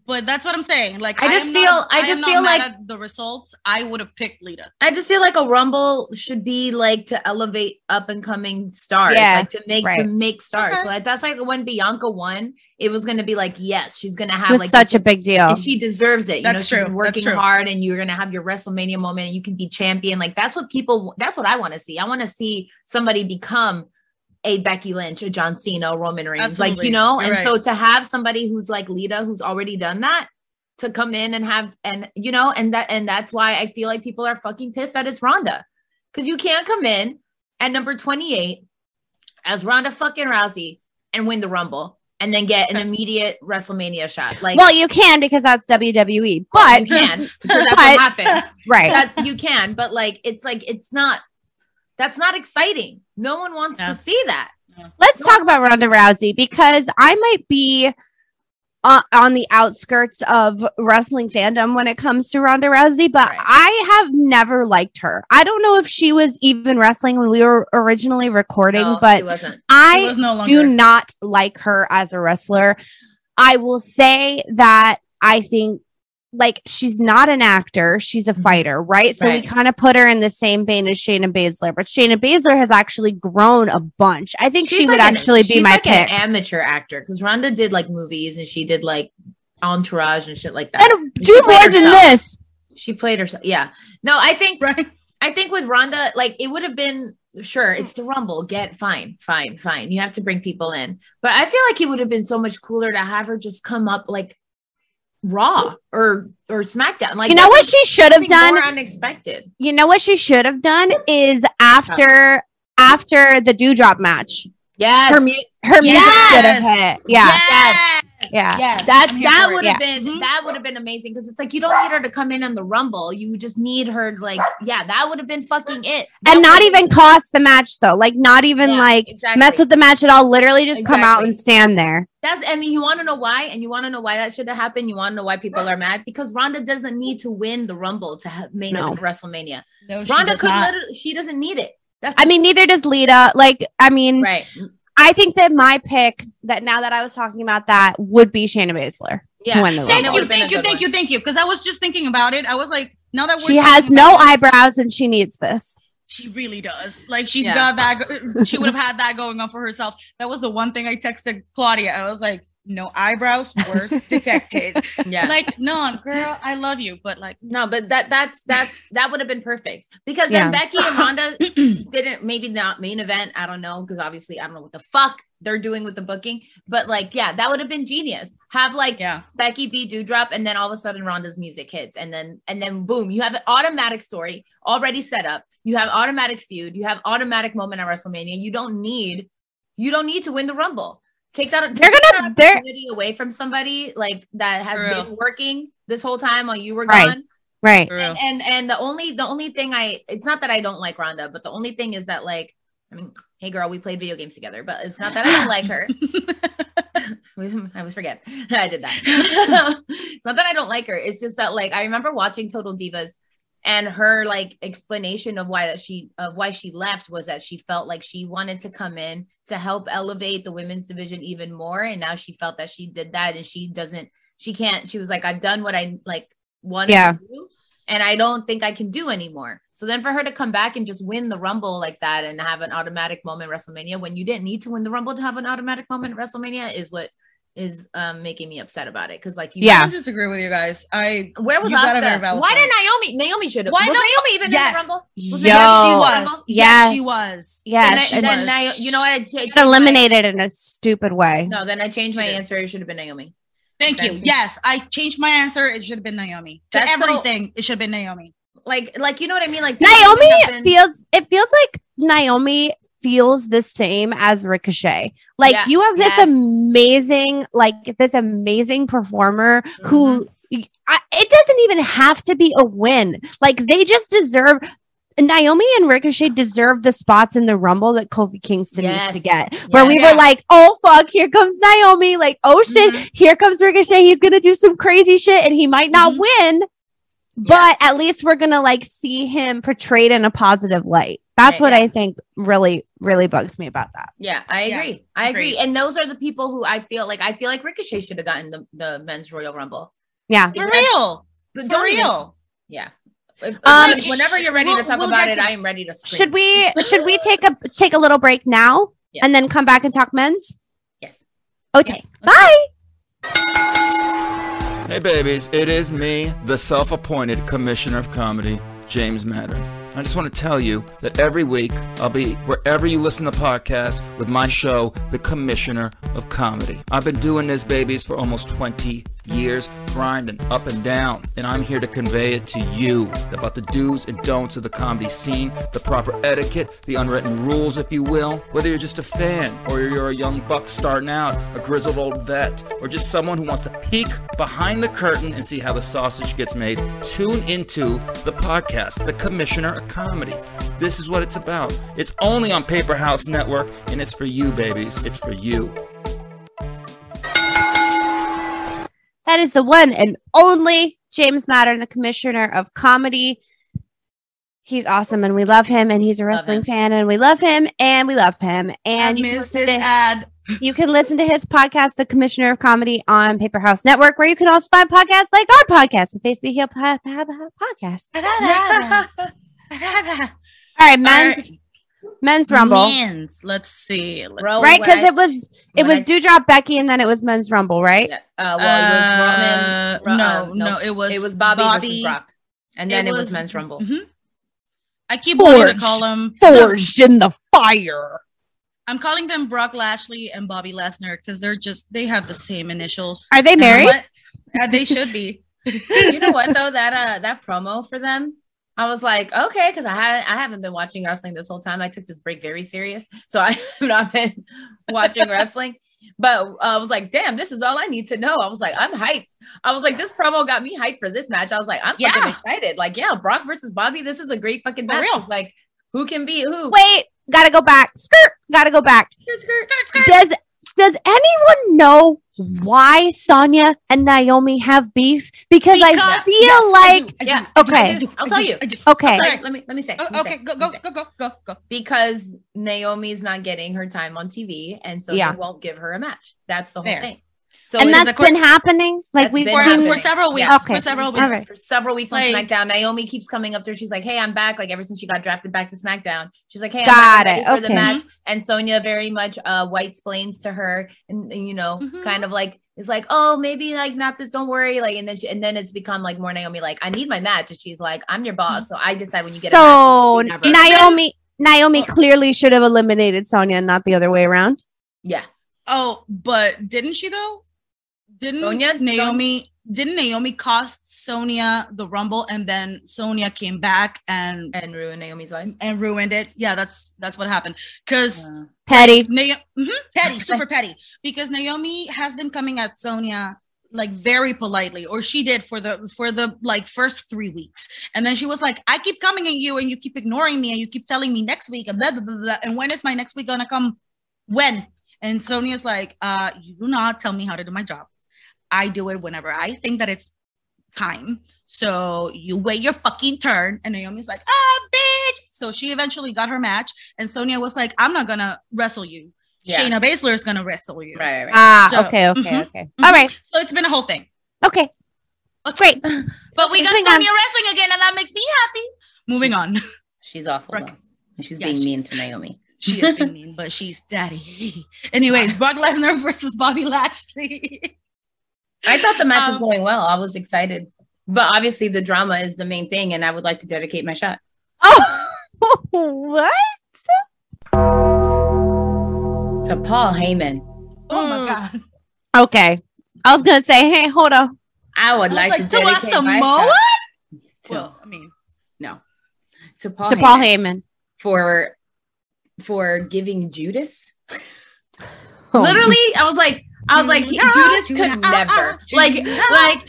Speaker 5: but that's what I'm saying. Like
Speaker 6: I just
Speaker 5: am
Speaker 6: feel-
Speaker 5: not-
Speaker 6: I
Speaker 5: am
Speaker 6: just
Speaker 5: not
Speaker 6: feel
Speaker 5: mad
Speaker 6: like-
Speaker 5: at the results. I would have picked Lita.
Speaker 6: I just feel like a rumble should be like to elevate up and coming stars,
Speaker 4: Yeah,
Speaker 6: like to make to
Speaker 4: right.
Speaker 6: make stars.
Speaker 5: Okay.
Speaker 6: So like, that's like when Bianca won, it was going to be like, yes, she's going to
Speaker 4: it
Speaker 6: have
Speaker 4: was
Speaker 6: like
Speaker 4: such
Speaker 6: this-
Speaker 4: a big deal
Speaker 6: and she deserves it. You know,
Speaker 5: That's
Speaker 6: she's been
Speaker 5: true. That's
Speaker 6: working
Speaker 5: true.
Speaker 6: hard, and you're going to have your WrestleMania moment, and you can be champion. Like that's what people. That's what I want to see. I want to see somebody become a Becky Lynch, a John Cena, a Roman Reigns, like
Speaker 5: Absolutely.
Speaker 6: you
Speaker 5: You're
Speaker 6: know. and
Speaker 5: right.
Speaker 6: so to have somebody who's like Lita, who's already done that, to come in and have and you know, and that and that's why I feel like people are fucking pissed that it's Ronda, because you can't come in at number twenty eight as Ronda fucking Rousey and win the Rumble and then get an immediate WrestleMania shot. Like,
Speaker 4: well, you can because that's WWE, but
Speaker 6: you can because that's what happened.
Speaker 4: *laughs*
Speaker 5: *laughs*
Speaker 4: right.
Speaker 6: That, you can, but like it's like it's not. That's not exciting. No one wants
Speaker 5: Yeah.
Speaker 6: to see that.
Speaker 4: Let's talk about Ronda Rousey because I might be uh, on the outskirts of wrestling fandom when it comes to Ronda Rousey, but
Speaker 6: Right.
Speaker 4: I have never liked her. I don't know if she was even wrestling when we were originally recording,
Speaker 6: No, she
Speaker 4: but
Speaker 6: wasn't.
Speaker 5: She
Speaker 4: I
Speaker 5: was no longer.
Speaker 4: do not like her as a wrestler. I will say that I think like she's not an actor, she's a fighter, right? So we
Speaker 6: Mm-hmm. Right.
Speaker 4: kind of put her in the same vein as Shayna Baszler, but Shayna Baszler has actually grown a bunch. I think she
Speaker 6: She's
Speaker 4: would
Speaker 6: like an-
Speaker 4: actually be
Speaker 6: she's
Speaker 4: my
Speaker 6: like
Speaker 4: pick.
Speaker 6: an amateur actor because Rhonda did like movies and she did like Entourage and shit like that.
Speaker 4: and
Speaker 6: She
Speaker 4: do
Speaker 6: played
Speaker 4: more than
Speaker 6: herself.
Speaker 4: this.
Speaker 6: She played herself. Yeah. No, I think
Speaker 5: Right.
Speaker 6: I think with Rhonda, like it would have been sure it's the Rumble. Get fine, fine, fine. You have to bring people in, but I feel like it would have been so much cooler to have her just come up like Raw or or SmackDown. Like
Speaker 4: you know what she should have
Speaker 6: something
Speaker 4: done?
Speaker 6: more unexpected.
Speaker 4: You know what she should have done is after after the dewdrop match.
Speaker 6: Yes.
Speaker 4: Her, mu- her music should have hit. Yeah.
Speaker 6: Yes.
Speaker 4: Yeah.
Speaker 5: Yes.
Speaker 6: That
Speaker 5: I'm here
Speaker 6: that
Speaker 5: for it.
Speaker 6: would have been
Speaker 5: Mhm.
Speaker 6: that would have been amazing because it's like you don't need her to come in on the Rumble. You just need her like yeah, that would have been fucking it. That
Speaker 4: and not
Speaker 6: would've
Speaker 4: even
Speaker 6: been-
Speaker 4: cost the match though. Like not even
Speaker 6: Yeah,
Speaker 4: like
Speaker 6: exactly.
Speaker 4: mess with the match at all. Literally just come out
Speaker 6: Exactly.
Speaker 4: and stand there.
Speaker 6: That's I mean, you want to know why, and you want to know why that should have happened. You want to know why people are mad because Ronda doesn't need to win the Rumble to have main
Speaker 4: No.
Speaker 6: event WrestleMania.
Speaker 5: No, she
Speaker 6: Ronda
Speaker 5: does
Speaker 6: could
Speaker 5: not.
Speaker 6: literally, she doesn't need it. That's
Speaker 4: I mean, neither does Lita. Like, I mean,
Speaker 6: right.
Speaker 4: I think that my pick that now that I was talking about that would be Shayna Baszler to
Speaker 6: Yeah,
Speaker 4: win the
Speaker 6: Shayna
Speaker 5: Thank
Speaker 4: Rumble.
Speaker 5: you,
Speaker 6: would've been a
Speaker 5: thank you,
Speaker 6: good
Speaker 5: thank
Speaker 6: one.
Speaker 5: you, thank you. Because I was just thinking about it. I was like, now that we're
Speaker 4: She
Speaker 5: talking
Speaker 4: has
Speaker 5: about
Speaker 4: no
Speaker 5: this,
Speaker 4: eyebrows and she needs this.
Speaker 5: She really does. Like she's
Speaker 6: Yeah.
Speaker 5: got that. *laughs* She would have had that going on for herself. That was the one thing I texted Claudia. I was like, no eyebrows were
Speaker 6: *laughs*
Speaker 5: detected.
Speaker 6: Yeah.
Speaker 5: Like, no, girl, I love you, but like, *clears throat*
Speaker 6: no, but that that's that that would have been perfect because
Speaker 4: Yeah.
Speaker 6: then Becky and Ronda didn't maybe not main event. I don't know because obviously I don't know what the fuck they're doing with the booking, but like yeah, that would have been genius. Have like
Speaker 5: yeah,
Speaker 6: Becky B Dewdrop, and then all of a sudden Rhonda's music hits, and then and then boom, you have an automatic story already set up. You have automatic feud. You have automatic moment at WrestleMania. You don't need you don't need to win the Rumble. Take that.
Speaker 4: They're
Speaker 6: take
Speaker 4: gonna-
Speaker 6: that
Speaker 4: they're-
Speaker 6: opportunity away from somebody like that has
Speaker 5: For real.
Speaker 6: been working this whole time while you were
Speaker 4: Right.
Speaker 6: gone.
Speaker 4: Right.
Speaker 6: And, and and the only the only thing I it's not that I don't like Rhonda, but the only thing is that like I mean, hey girl, we played video games together, but it's not that I don't like her. *laughs* I always forget I did that. *laughs* it's not that I don't like her. It's just that like I remember watching Total Divas and her like explanation of why that she of why she left was that she felt like she wanted to come in to help elevate the women's division even more and now she felt that she did that and she doesn't she can't she was like I've done what I like wanted
Speaker 4: Yeah.
Speaker 6: to do and I don't think I can do anymore. So then for her to come back and just win the Rumble like that and have an automatic moment at WrestleMania when you didn't need to win the Rumble to have an automatic moment at WrestleMania is what is um, making me upset about it. Cause like, you,
Speaker 4: Yeah.
Speaker 5: I disagree with you guys. I
Speaker 6: where was
Speaker 5: You got a very
Speaker 6: Oscar?
Speaker 5: valid
Speaker 6: Why
Speaker 5: point.
Speaker 6: did Naomi? Naomi should have.
Speaker 5: Why
Speaker 6: Was
Speaker 5: the-
Speaker 6: Naomi even
Speaker 5: Yes.
Speaker 6: in the Rumble? Was
Speaker 4: Yo.
Speaker 6: Naomi in the
Speaker 4: Yes,
Speaker 6: Rumble?
Speaker 5: yes, she
Speaker 4: yes.
Speaker 5: was.
Speaker 4: Yes.
Speaker 6: Then,
Speaker 5: it
Speaker 6: I,
Speaker 5: was.
Speaker 6: then I, you know what? I ch-
Speaker 4: It's
Speaker 6: changed my-
Speaker 4: eliminated in a stupid way.
Speaker 6: No, then I changed my
Speaker 5: She did.
Speaker 6: answer. It should have been Naomi.
Speaker 5: Thank you.
Speaker 6: Thank you.
Speaker 5: Yes, I changed my answer. It should have been Naomi. To
Speaker 6: That's so-
Speaker 5: everything, it should have been Naomi.
Speaker 6: Like, like you know what I mean? Like people shouldn't have
Speaker 4: Naomi
Speaker 6: been-
Speaker 4: feels it feels like Naomi feels the same as Ricochet. Like
Speaker 6: Yeah.
Speaker 4: you have this
Speaker 6: Yes.
Speaker 4: amazing, like this amazing performer who
Speaker 6: Mm-hmm.
Speaker 4: I, it doesn't even have to be a win. Like they just deserve Naomi and Ricochet deserve the spots in the Rumble that Kofi Kingston used to
Speaker 6: Yes.
Speaker 4: get. Where we
Speaker 6: Yeah.
Speaker 4: were like, oh fuck, here comes Naomi. Like, oh shit,
Speaker 6: Mm-hmm.
Speaker 4: here comes Ricochet. He's gonna do some crazy shit and he might not
Speaker 5: Mhm.
Speaker 6: Mm-hmm.
Speaker 4: win, but at least we're gonna like see him portrayed in a positive light. That's
Speaker 6: Right,
Speaker 4: what
Speaker 6: yeah.
Speaker 4: I think really, really bugs me about that.
Speaker 6: Yeah, I
Speaker 5: Yeah,
Speaker 6: agree. I agree.
Speaker 5: agreed.
Speaker 6: And those are the people who I feel like I feel like Ricochet should have gotten the, the men's Royal Rumble.
Speaker 4: Yeah.
Speaker 5: For real.
Speaker 6: But
Speaker 5: For
Speaker 6: don't even-
Speaker 5: real.
Speaker 6: yeah. If- if-
Speaker 4: Um,
Speaker 6: when- whenever you're ready
Speaker 5: we'll-
Speaker 6: to talk
Speaker 5: we'll
Speaker 6: about
Speaker 5: get
Speaker 6: it,
Speaker 5: to-
Speaker 6: I am ready to scream.
Speaker 4: Should we should we take a take a little break now
Speaker 6: Yes.
Speaker 4: and then come back and talk men's?
Speaker 6: Yes.
Speaker 4: Okay.
Speaker 5: Yeah.
Speaker 4: Bye.
Speaker 7: Hey, babies, it is me, the self appointed commissioner of comedy, James Matter. I just want to tell you that every week I'll be wherever you listen to podcasts with my show, The Commissioner of Comedy. I've been doing this, babies, for almost 20 years grinding up and down, and I'm here to convey it to you about the do's and don'ts of the comedy scene, the proper etiquette, the unwritten rules, if you will. Whether you're just a fan, or you're a young buck starting out, a grizzled old vet, or just someone who wants to peek behind the curtain and see how the sausage gets made, tune into the podcast, The Commissioner of Comedy. This is what it's about. It's only on Paper House Network, and it's for you, babies. It's for you.
Speaker 4: That is the one and only James Matter, the commissioner of comedy. He's awesome and we love him and he's a wrestling fan and we love him and we love him. And you can,
Speaker 5: miss his
Speaker 4: listen to,
Speaker 5: ad.
Speaker 4: you can listen to his podcast, The Commissioner of Comedy, on Paper House Network, where you can also find podcasts like our podcast, the Face Me Heal po- po- po- podcast. All right, men's men's rumble.
Speaker 5: Men's. Let's see. Let's
Speaker 6: Row
Speaker 4: Right? Because it
Speaker 6: wet.
Speaker 4: was it was Dewdrop Becky and then it was men's rumble, right?
Speaker 6: Yeah. Uh, well, it was Roman. Ro-
Speaker 5: no,
Speaker 6: um,
Speaker 5: no, it was
Speaker 6: It was Bobby, versus Brock, and then it, was, Men's Rumble.
Speaker 5: Mhm. I keep wanting to
Speaker 4: Forged.
Speaker 5: call him.
Speaker 4: Forged in the fire.
Speaker 5: I'm calling them Brock Lashley and Bobby Lesnar because they're just they have the same initials.
Speaker 4: Are they
Speaker 5: And you know
Speaker 4: married?
Speaker 5: what? Yeah, they should
Speaker 6: *laughs*
Speaker 5: be.
Speaker 6: you know what though that uh that promo for them i was like okay because i had i haven't been watching wrestling this whole time i took this break very serious so i *laughs* have not been watching wrestling but uh, i was like damn this is all i need to know i was like i'm hyped i was like this promo got me hyped for this match i was like i'm
Speaker 5: Yeah.
Speaker 6: fucking excited like yeah brock versus bobby this is a great fucking
Speaker 5: For
Speaker 6: match
Speaker 5: real.
Speaker 6: 'Cause, like who can beat who
Speaker 4: Wait, gotta go back. Skirt, gotta go back. Does does anyone know why Sonya and Naomi have beef? Because, I
Speaker 5: Because-
Speaker 4: feel
Speaker 5: yes, I do,
Speaker 4: like
Speaker 5: I do,
Speaker 6: Yeah.
Speaker 5: I do, I
Speaker 4: Okay.
Speaker 5: do,
Speaker 6: I'll
Speaker 5: I
Speaker 6: tell
Speaker 5: do,
Speaker 6: you.
Speaker 5: I do.
Speaker 4: okay,
Speaker 5: Sorry.
Speaker 6: Sorry, let me let me say.
Speaker 5: Oh,
Speaker 6: let me say,
Speaker 5: okay, go
Speaker 6: let me
Speaker 5: go
Speaker 6: say.
Speaker 5: go go go go.
Speaker 6: because Naomi's not getting her time on TV, and so
Speaker 4: Yeah.
Speaker 6: they won't give her a match. That's the whole
Speaker 5: There.
Speaker 6: thing. So
Speaker 4: and
Speaker 6: it's-
Speaker 4: that's
Speaker 5: according-
Speaker 4: been happening. Like
Speaker 6: That's
Speaker 4: we've
Speaker 6: been
Speaker 5: For,
Speaker 4: seen.
Speaker 6: happening.
Speaker 5: for several weeks.
Speaker 6: Yeah.
Speaker 4: Okay.
Speaker 5: For several weeks.
Speaker 4: All right.
Speaker 6: for several weeks on
Speaker 5: Like-
Speaker 6: SmackDown. Naomi keeps coming up to her. She's like, "Hey, I'm back!" Like ever since she got drafted back to SmackDown, she's like, "Hey, I'm
Speaker 4: Got
Speaker 6: back. I'm
Speaker 4: it.
Speaker 6: ready for
Speaker 4: Okay.
Speaker 6: the match." And Sonya very much uh, white explains to her, and, and, you know,
Speaker 5: Mhm.
Speaker 6: kind of like is like, "Oh, maybe like not this. Don't worry." Like, and then she, and then it's become like more Naomi like, "I need my match," and she's like, "I'm your boss, so I decide when you get
Speaker 4: Mm. So
Speaker 6: a match." Never.
Speaker 4: Naomi Naomi
Speaker 5: Oh.
Speaker 4: clearly should have eliminated Sonya and not the other way around.
Speaker 6: yeah,
Speaker 5: Oh, but didn't she though? Didn't
Speaker 6: Sonya-
Speaker 5: Naomi didn't Naomi cost Sonia the rumble and then Sonia came back and
Speaker 6: and ruin Naomi's life.
Speaker 5: and ruined it? Yeah, that's that's what happened. Cuz
Speaker 4: Petty.
Speaker 5: Naomi, petty, super petty, because Naomi has been coming at Sonia like very politely, or she did for the for the like first three weeks, and then she was like, "I keep coming at you, and you keep ignoring me, and you keep telling me next week, and blah blah blah, blah. and when is my next week gonna come? When?" And Sonia's like, uh, "You do not tell me how to do my job. I do it whenever I think that it's time." So you wait your fucking turn. And Naomi's like, oh, bitch. So she eventually got her match. And Sonia was like, I'm not going to wrestle you.
Speaker 6: Yeah.
Speaker 5: Shayna Baszler is going to wrestle you.
Speaker 6: Right, mm-hmm. right, right.
Speaker 4: Ah,
Speaker 5: So-
Speaker 4: okay, okay,
Speaker 5: mhm,
Speaker 4: okay.
Speaker 5: mhm.
Speaker 4: All right,
Speaker 5: So it's been a whole thing.
Speaker 4: okay, great.
Speaker 5: But we got
Speaker 4: Moving
Speaker 5: Sonia wrestling again, and that makes me happy. Moving on.
Speaker 6: She's awful.
Speaker 5: Brooke.
Speaker 6: Though. And She's
Speaker 5: Yeah,
Speaker 6: being
Speaker 5: she-
Speaker 6: mean to Naomi.
Speaker 5: she is being mean, but she's daddy. *laughs* Anyways, Brock Lesnar *laughs* versus Bobby Lashley. *laughs*
Speaker 6: I thought the match was
Speaker 5: Um,
Speaker 6: going well. I was excited. But obviously the drama is the main thing and I would like to dedicate my shot.
Speaker 4: Oh, *laughs* what?
Speaker 6: To Paul Heyman.
Speaker 5: oh my
Speaker 4: Mm.
Speaker 5: God.
Speaker 4: Okay, I was gonna say, hey, hold on.
Speaker 6: I would
Speaker 5: I was Oh,
Speaker 6: like,
Speaker 5: like,
Speaker 6: to
Speaker 5: "Do I
Speaker 6: dedicate my
Speaker 5: Samoa?"
Speaker 6: shot to,
Speaker 5: Well, I mean,
Speaker 6: to Paul
Speaker 4: to
Speaker 6: Heyman
Speaker 4: Paul Heyman.
Speaker 6: for for giving Judas.
Speaker 4: Oh.
Speaker 6: Literally, I was like, I was like, he-
Speaker 5: Judas,
Speaker 6: Judas
Speaker 5: Judas,
Speaker 6: could
Speaker 5: ah,
Speaker 6: never.
Speaker 5: ah,
Speaker 6: Like,
Speaker 5: Judas.
Speaker 6: like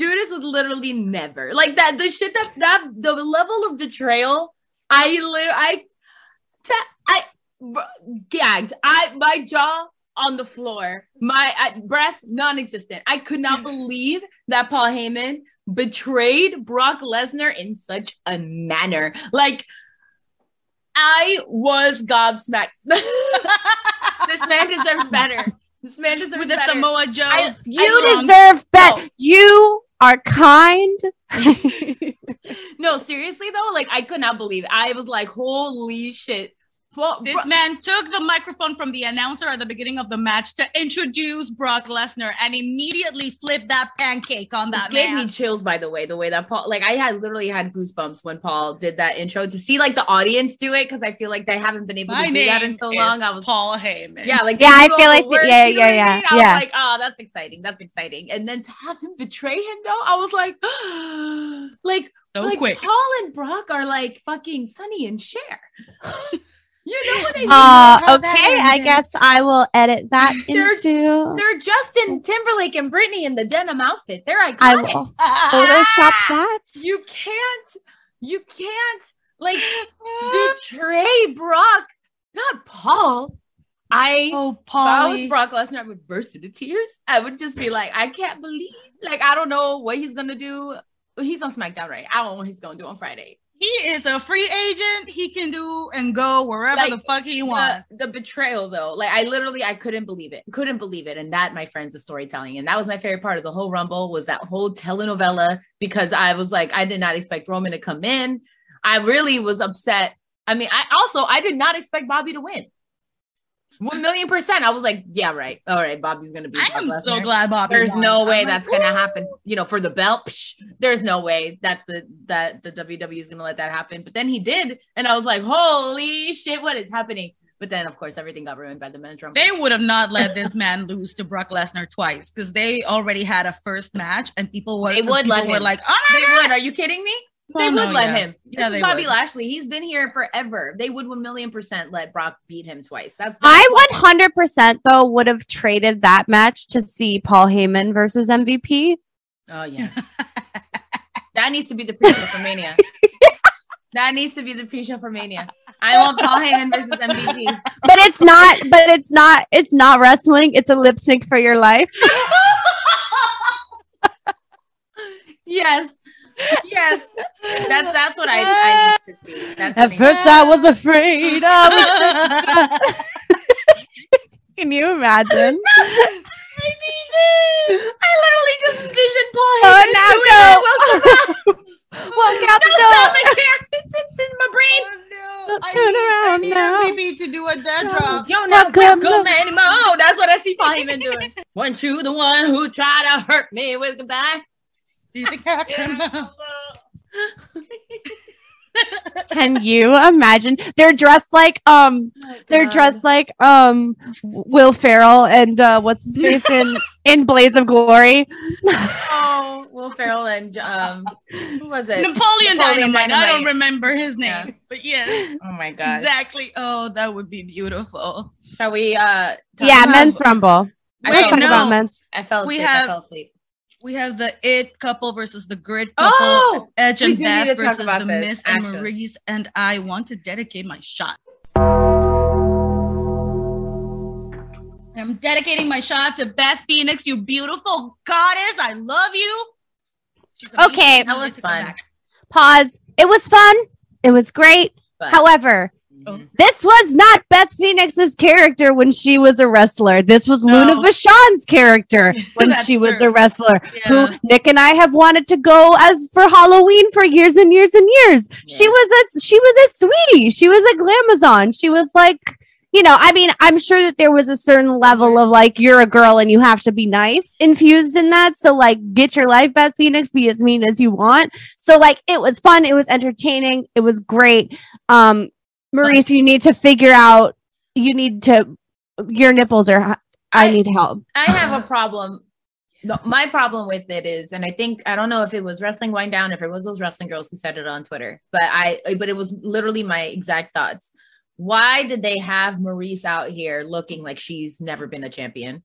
Speaker 6: Judas would literally never. Like that the shit that that the level of betrayal, I literally I ta- I br- gagged. I my jaw on the floor, my I, breath non-existent. I could not believe that Paul Heyman betrayed Brock Lesnar in such a manner. Like I was gobsmacked. *laughs* this man deserves better. This man deserves
Speaker 5: with the
Speaker 6: better.
Speaker 5: Samoa Joe.
Speaker 6: I-
Speaker 4: You
Speaker 6: I- um,
Speaker 4: deserve better.
Speaker 6: No.
Speaker 4: You are
Speaker 6: *laughs*
Speaker 4: kind. Uh,
Speaker 6: no, seriously though, like I could not believe. It. I was like, "Holy shit!" Well,
Speaker 5: *laughs* This man took the microphone from the announcer at the beginning of the match to introduce Brock Lesnar and immediately flipped that pancake on
Speaker 6: Which
Speaker 5: that
Speaker 6: gave
Speaker 5: man.
Speaker 6: me chills, by the way, the way that Paul, like, I had literally had goosebumps when Paul did that intro to see like the audience do it because I feel like they haven't been able
Speaker 5: My
Speaker 6: to do that
Speaker 5: name
Speaker 6: in so
Speaker 5: is
Speaker 6: long. I was,
Speaker 5: Paul Heyman.
Speaker 6: yeah, like,
Speaker 4: Yeah,
Speaker 6: they
Speaker 4: I
Speaker 6: do
Speaker 4: feel
Speaker 6: all the
Speaker 4: like the- yeah,
Speaker 6: you know
Speaker 4: yeah,
Speaker 6: what I
Speaker 4: yeah,
Speaker 6: mean? I was
Speaker 4: yeah.
Speaker 6: like, oh, that's exciting, that's exciting, and then to have him betray him though, I was like, like, *gasps*
Speaker 5: so
Speaker 6: like
Speaker 5: Oh,
Speaker 6: *laughs*
Speaker 5: quick.
Speaker 6: Paul and Brock are like fucking Sunny and Cher. *laughs* you know what I mean?
Speaker 4: Uh,
Speaker 5: How that
Speaker 4: okay, I
Speaker 5: ended.
Speaker 4: guess I will edit that
Speaker 6: They're-
Speaker 4: into.
Speaker 6: They're Justin Timberlake and Britney in the denim outfit. They're iconic.
Speaker 4: I will
Speaker 6: *laughs*
Speaker 4: Photoshop that.
Speaker 6: you can't you can't like betray Brock, not Paul. I
Speaker 5: *laughs* Oh,
Speaker 6: if I was
Speaker 5: Paulie.
Speaker 6: Brock Lesnar, I would burst into tears. I would just be like, I can't believe, like, I don't know what he's gonna do. He's on SmackDown, right? I don't know what he's gonna do on Friday.
Speaker 5: He is a free agent. He can do and go wherever
Speaker 6: Like, uh,
Speaker 5: the fuck he
Speaker 6: The,
Speaker 5: wants.
Speaker 6: the betrayal, though, like, I literally, I couldn't believe it. Couldn't believe it. And that, my friends, is storytelling. And that was my favorite part of the whole Rumble was that whole telenovela because I was like, I did not expect Roman to come in. I really was upset. I mean, I also I did not expect Bobby to win. One million percent. I was like, yeah, right. All right, Bobby's gonna be.
Speaker 5: I
Speaker 6: Brock
Speaker 5: am so
Speaker 6: Lesnar.
Speaker 5: glad Bobby.
Speaker 6: There's
Speaker 5: won.
Speaker 6: no
Speaker 5: I'm
Speaker 6: way
Speaker 5: like,
Speaker 6: that's
Speaker 5: "Woo!"
Speaker 6: gonna happen. You know, for the belt, psh, there's no way that the that the WWE is gonna let that happen. But then he did, and I was like, holy shit, what is happening? But then, of course, everything got ruined by the men's rumble.
Speaker 5: They would have not let this man lose to Brock Lesnar twice because they already had a first match and people were
Speaker 6: They would
Speaker 5: people
Speaker 6: let
Speaker 5: were
Speaker 6: him.
Speaker 5: like, oh my
Speaker 6: They would. Are you kidding me? They
Speaker 5: Oh,
Speaker 6: would
Speaker 5: no,
Speaker 6: let
Speaker 5: yeah.
Speaker 6: him.
Speaker 5: Yeah,
Speaker 6: this
Speaker 5: they
Speaker 6: is Bobby
Speaker 5: would.
Speaker 6: Lashley. He's been here forever. They would one million percent let Brock beat him twice. That's
Speaker 4: I 100% though would have traded that match to see Paul Heyman versus MVP.
Speaker 5: *laughs*
Speaker 6: Oh yes. that needs to be the pre-show for Mania. That needs to be the pre-show for Mania. I want Paul Heyman versus MVP.
Speaker 4: But it's not but it's not it's not wrestling, it's a lip sync for your life.
Speaker 6: Yes. Yes. That's that's what I, I need to see. That's
Speaker 4: At
Speaker 6: what I-
Speaker 4: first I was afraid. I was *laughs* Can you *laughs* imagine?
Speaker 6: I literally just envisioned Paul
Speaker 4: Oh,
Speaker 6: Heyman
Speaker 4: now
Speaker 6: doing
Speaker 4: go.
Speaker 6: that
Speaker 4: Oh,
Speaker 6: Will Sabat.
Speaker 4: *laughs* Well, now
Speaker 6: No,
Speaker 4: go.
Speaker 6: stop it. It's, it's in my brain.
Speaker 5: Oh, no. I
Speaker 4: Turn
Speaker 5: need, I
Speaker 4: around
Speaker 5: need
Speaker 4: now.
Speaker 5: MVP to do a dead *laughs* drop.
Speaker 6: You're not
Speaker 4: Welcome,
Speaker 6: welcome
Speaker 4: no.
Speaker 6: anymore. Oh, That's what I see Paul Heyman doing. Weren't you the one who tried to hurt me with goodbye?
Speaker 5: He's the captain.
Speaker 4: Can you imagine? They're dressed like um
Speaker 6: Oh,
Speaker 4: they're dressed like um Will Ferrell and uh what's his
Speaker 5: *laughs*
Speaker 4: face in in Blades of Glory.
Speaker 6: Oh, Will Ferrell and um, who was it?
Speaker 5: Napoleon,
Speaker 6: Napoleon
Speaker 5: Dynamite. I don't
Speaker 6: Dynamite.
Speaker 5: remember his name,
Speaker 6: Yeah.
Speaker 5: but yes,
Speaker 6: Oh my god!
Speaker 5: exactly. Oh, that would be beautiful.
Speaker 6: Shall we? Uh, talk
Speaker 4: Yeah,
Speaker 6: about-
Speaker 4: men's rumble.
Speaker 6: I
Speaker 4: Let's
Speaker 5: Wait,
Speaker 4: talk
Speaker 6: fell
Speaker 5: no.
Speaker 4: about
Speaker 6: asleep.
Speaker 4: men's.
Speaker 6: I fell
Speaker 5: We
Speaker 6: asleep.
Speaker 5: have-
Speaker 6: I fell asleep.
Speaker 5: We have the it couple versus the grid couple,
Speaker 6: Oh,
Speaker 5: Edge
Speaker 6: we
Speaker 5: and
Speaker 6: do need to
Speaker 5: Beth
Speaker 6: talk
Speaker 5: versus
Speaker 6: about
Speaker 5: the
Speaker 6: this,
Speaker 5: Miss and
Speaker 6: actually.
Speaker 5: Maurice, and I want to dedicate my shot. I'm dedicating my shot to Beth Phoenix, you beautiful goddess. I love you. She's amazing.
Speaker 4: Okay.
Speaker 5: That
Speaker 6: was fun.
Speaker 4: pause. It was fun. It was great.
Speaker 6: But
Speaker 4: However,
Speaker 5: Oh.
Speaker 6: Mhm.
Speaker 4: this was not Beth Phoenix's character when she was a wrestler. This was
Speaker 5: No.
Speaker 4: Luna Vachon's character when
Speaker 5: *laughs* That's
Speaker 4: she was
Speaker 5: true.
Speaker 4: a wrestler.
Speaker 5: Yeah.
Speaker 4: Who Nick and I have wanted to go as for Halloween for years and years and years. She
Speaker 6: Yeah.
Speaker 4: was a she was a sweetie. She was a glamazon. She was like, you know, I mean, I'm sure that there was a certain level of like you're a girl and you have to be nice infused in that. So like, get your life, Beth Phoenix. Be as mean as you want. So like, it was fun. It was entertaining. It was great. Um, Maurice, you need to figure out. You need to. Your nipples are. I
Speaker 6: I-
Speaker 4: need help.
Speaker 6: I have a problem. The- My problem with it is, and I think I don't know if it was wrestling wind down, if it was those wrestling girls who said it on Twitter, but I, but it was literally my exact thoughts. Why did they have Maurice out here looking like she's never been a champion?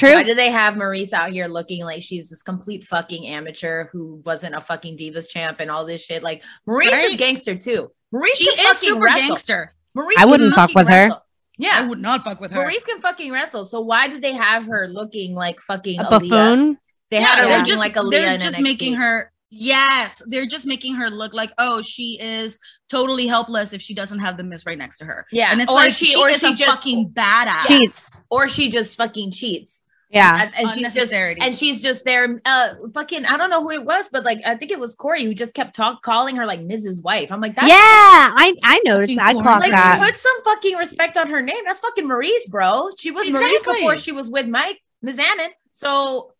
Speaker 6: Why
Speaker 4: True.
Speaker 6: do they have Maurice out here looking like she's this complete fucking amateur who wasn't a fucking divas champ and all this shit? Like Maurice is
Speaker 5: Right.
Speaker 6: gangster too. Maurice
Speaker 5: She
Speaker 6: can
Speaker 5: is
Speaker 6: fucking
Speaker 5: super
Speaker 6: wrestle.
Speaker 5: gangster.
Speaker 6: Maurice
Speaker 4: I
Speaker 6: can
Speaker 4: wouldn't fuck
Speaker 6: fucking
Speaker 4: with her.
Speaker 6: wrestle.
Speaker 5: I
Speaker 6: Yeah,
Speaker 5: would not fuck with her.
Speaker 6: Maurice can fucking wrestle. So why did they have her looking like fucking
Speaker 4: A
Speaker 6: Aaliyah?
Speaker 4: buffoon.
Speaker 6: They had her
Speaker 5: they're
Speaker 6: looking
Speaker 5: just-
Speaker 6: like Aaliyah.
Speaker 5: They're
Speaker 6: in
Speaker 5: just
Speaker 6: NXT.
Speaker 5: making her. Yes, they're just making her look like oh, she is totally helpless if she doesn't have the miss right next to her.
Speaker 6: Yeah,
Speaker 5: and it's
Speaker 6: or
Speaker 5: like
Speaker 6: she, or
Speaker 5: is
Speaker 6: she
Speaker 5: a
Speaker 6: just
Speaker 5: fucking badass.
Speaker 4: Jeez.
Speaker 6: or she just fucking cheats.
Speaker 4: Yeah.
Speaker 6: And, and she's just
Speaker 5: Unnecessarity.
Speaker 6: and she's just there. Uh, fucking, I don't know who it was, but like I think it was Corey who just kept talk calling her like Mrs. Wife. I'm like,
Speaker 4: yeah, I I noticed.
Speaker 5: Fucking
Speaker 4: I
Speaker 5: corn.
Speaker 4: clocked
Speaker 6: Like
Speaker 4: that.
Speaker 6: put some fucking respect on her name. That's fucking Maurice, bro. She was Maurice
Speaker 5: Exactly.
Speaker 6: before she was with Mike Mizanin. So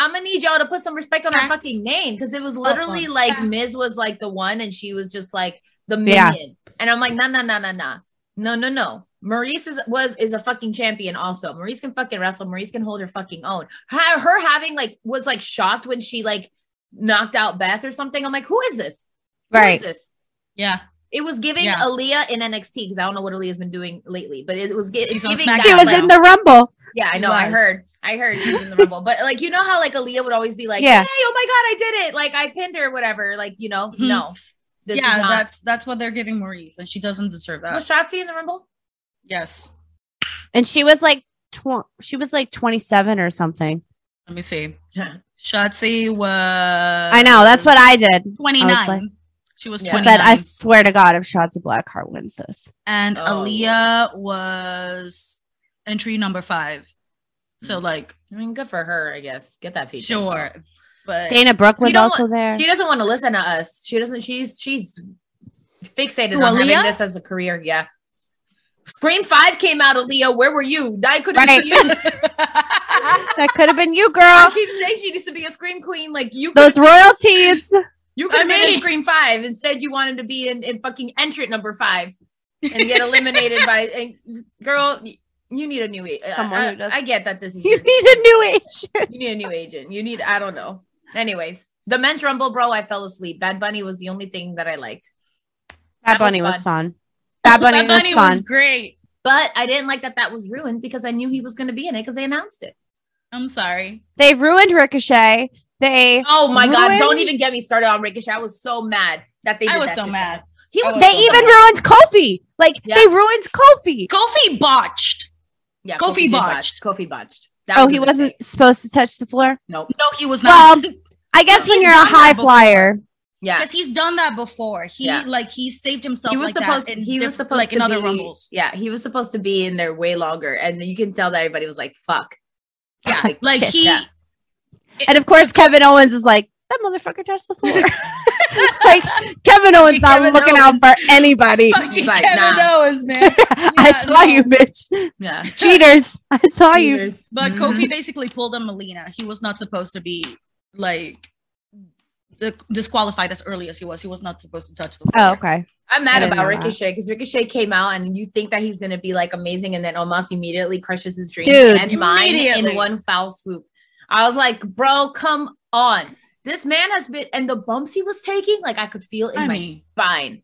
Speaker 6: I'm gonna need y'all to put some respect on her
Speaker 5: Facts.
Speaker 6: fucking name because it was literally
Speaker 5: Fuck.
Speaker 6: like
Speaker 5: Facts.
Speaker 6: Miz was like the one and she was just like the
Speaker 4: Yeah.
Speaker 6: minion. And I'm like, nah, nah, nah, nah, nah. No, no, no. Maurice is was is a fucking champion also. Maurice can fucking wrestle. Maurice can hold her fucking own. Her, her having like was like shocked when she like knocked out Beth or something. I'm like, who is this? Who is
Speaker 4: Right.
Speaker 6: this?
Speaker 5: Yeah.
Speaker 6: It was giving
Speaker 5: Yeah.
Speaker 6: Aaliyah in NXT because I don't know what Aaliyah's been doing lately, but it was gi- it's
Speaker 5: She's on
Speaker 6: giving.
Speaker 5: SmackDown
Speaker 4: She
Speaker 6: that
Speaker 4: was
Speaker 5: now.
Speaker 6: vibe.
Speaker 4: in the Rumble.
Speaker 6: Yeah, I know. I
Speaker 5: Was.
Speaker 6: heard. I heard she was in the Rumble, but like you know how like Aaliyah would always be like,
Speaker 4: Yeah.
Speaker 6: "Hey, oh my god, I did it! Like I pinned her, whatever." Like you know,
Speaker 5: Mhm.
Speaker 6: no, this
Speaker 5: yeah,
Speaker 6: is not.
Speaker 5: that's that's what they're giving Maurice, and she doesn't deserve that.
Speaker 6: Was Shotzi in the Rumble?
Speaker 5: yes.
Speaker 4: And she was like tw- she was like 27 or something.
Speaker 5: Let me see.
Speaker 6: Yeah.
Speaker 5: Shotzi was. I
Speaker 4: I know. That's what I did.
Speaker 5: Twenty
Speaker 4: I
Speaker 5: nine.
Speaker 4: was like-
Speaker 5: she was
Speaker 6: Yeah.
Speaker 4: I
Speaker 5: twenty
Speaker 4: said,
Speaker 5: nine,
Speaker 4: I swear to God, if Shotzi Blackheart wins this.
Speaker 5: and
Speaker 6: Oh.
Speaker 5: Aaliyah was entry number five. So like,
Speaker 6: I mean, good for her, I guess. Get that feature.
Speaker 5: sure, but
Speaker 4: Dana Brooke
Speaker 6: We
Speaker 4: was
Speaker 6: don't
Speaker 4: also
Speaker 6: want-
Speaker 4: there.
Speaker 6: She doesn't want to listen to us. She doesn't. She's she's fixated
Speaker 5: Who,
Speaker 6: on
Speaker 5: Aaliyah?
Speaker 6: having this as a career. Yeah. Scream Five came out, Aaliyah. Where were you? I couldn't
Speaker 4: Right.
Speaker 5: *laughs*
Speaker 6: see you.
Speaker 4: that could have been you,
Speaker 6: I
Speaker 4: girl.
Speaker 6: keep saying she needs to be a scream queen. Like you,
Speaker 4: Those royalties. *laughs*
Speaker 6: you could have
Speaker 5: I
Speaker 6: been in
Speaker 5: mean-
Speaker 6: scream five. Instead, you wanted to be in, in fucking entrant number five and get eliminated *laughs* by. And girl, y- you need a new. a- I-
Speaker 4: Someone
Speaker 6: I,
Speaker 4: who does-
Speaker 6: I get that *laughs* this is.
Speaker 4: You
Speaker 6: your-
Speaker 4: need a new age.
Speaker 6: you need a new agent. You need. I don't know. Anyways, the men's rumble, bro. I fell asleep. Bad Bunny was the only thing that I liked,
Speaker 4: Bad
Speaker 6: That was
Speaker 4: Bunny was
Speaker 6: fun.
Speaker 4: fun. Bad Bunny
Speaker 5: Bad
Speaker 4: was fun.
Speaker 5: great.
Speaker 6: but I didn't like that that was ruined because I knew he was going to be in it because they announced it.
Speaker 5: I'm sorry.
Speaker 4: They ruined Ricochet. They
Speaker 6: Oh my god!
Speaker 4: Ruined?
Speaker 6: Don't even get me started on Ricochet. I was so mad that they. Did
Speaker 5: I was
Speaker 6: that
Speaker 5: so
Speaker 6: to him.
Speaker 5: mad.
Speaker 6: He was.
Speaker 5: I
Speaker 4: they
Speaker 5: was so
Speaker 4: even
Speaker 5: mad.
Speaker 4: ruined Kofi. Like
Speaker 6: Yeah.
Speaker 4: they ruined Kofi.
Speaker 5: Kofi botched.
Speaker 6: Yeah,
Speaker 5: Kofi
Speaker 6: did
Speaker 5: botched.
Speaker 6: Kofi botched. That
Speaker 4: Oh,
Speaker 6: was
Speaker 4: he
Speaker 6: a
Speaker 4: wasn't
Speaker 6: mistake.
Speaker 4: supposed to touch the floor.
Speaker 6: Nope.
Speaker 5: No, he was
Speaker 4: Well,
Speaker 5: not.
Speaker 4: I guess
Speaker 5: No,
Speaker 4: when
Speaker 5: he's
Speaker 4: you're a
Speaker 5: done that
Speaker 4: high
Speaker 5: before.
Speaker 4: flyer,
Speaker 6: Yeah.
Speaker 5: because he's done that before. He
Speaker 6: Yeah.
Speaker 5: like he saved himself.
Speaker 6: He was
Speaker 5: like
Speaker 6: supposed.
Speaker 5: That in
Speaker 6: he
Speaker 5: diff-
Speaker 6: was supposed
Speaker 5: like
Speaker 6: to
Speaker 5: in other
Speaker 6: be,
Speaker 5: rumbles.
Speaker 6: Yeah, he was supposed to be in there way longer, and you can tell that everybody was like, "Fuck."
Speaker 5: Yeah,
Speaker 6: *laughs* Like,
Speaker 5: like,
Speaker 6: shit,
Speaker 5: he. *laughs*
Speaker 6: yeah.
Speaker 4: and of course Kevin Owens is like that motherfucker touched the floor. *laughs* like Kevin Owens not
Speaker 6: Kevin
Speaker 4: looking out for anybody.
Speaker 5: Fucking
Speaker 6: like,
Speaker 5: Kevin
Speaker 6: nah.
Speaker 5: Owens, man.
Speaker 4: *laughs* I
Speaker 5: *laughs* Yeah,
Speaker 4: saw
Speaker 5: no.
Speaker 4: you, bitch.
Speaker 6: Yeah.
Speaker 4: Cheaters. I saw you.
Speaker 6: *laughs*
Speaker 5: But
Speaker 6: Mhm.
Speaker 5: Kofi basically pulled a Melina. He was not supposed to be like the, disqualified as early as he was. He was not supposed to touch the.
Speaker 4: Oh,
Speaker 5: floor.
Speaker 4: okay.
Speaker 6: I'm
Speaker 4: I
Speaker 6: mad
Speaker 4: didn't
Speaker 6: about
Speaker 4: know that.
Speaker 6: Ricochet because Ricochet came out, and you think that he's gonna be like amazing, and then Omos immediately crushes his dreams
Speaker 4: Dude,
Speaker 6: and mine in
Speaker 5: immediately.
Speaker 6: one foul swoop. I was like, "Bro, come on!" This man has been, and the bumps he was taking, like I could feel in
Speaker 5: I
Speaker 6: my
Speaker 5: mean-
Speaker 6: spine.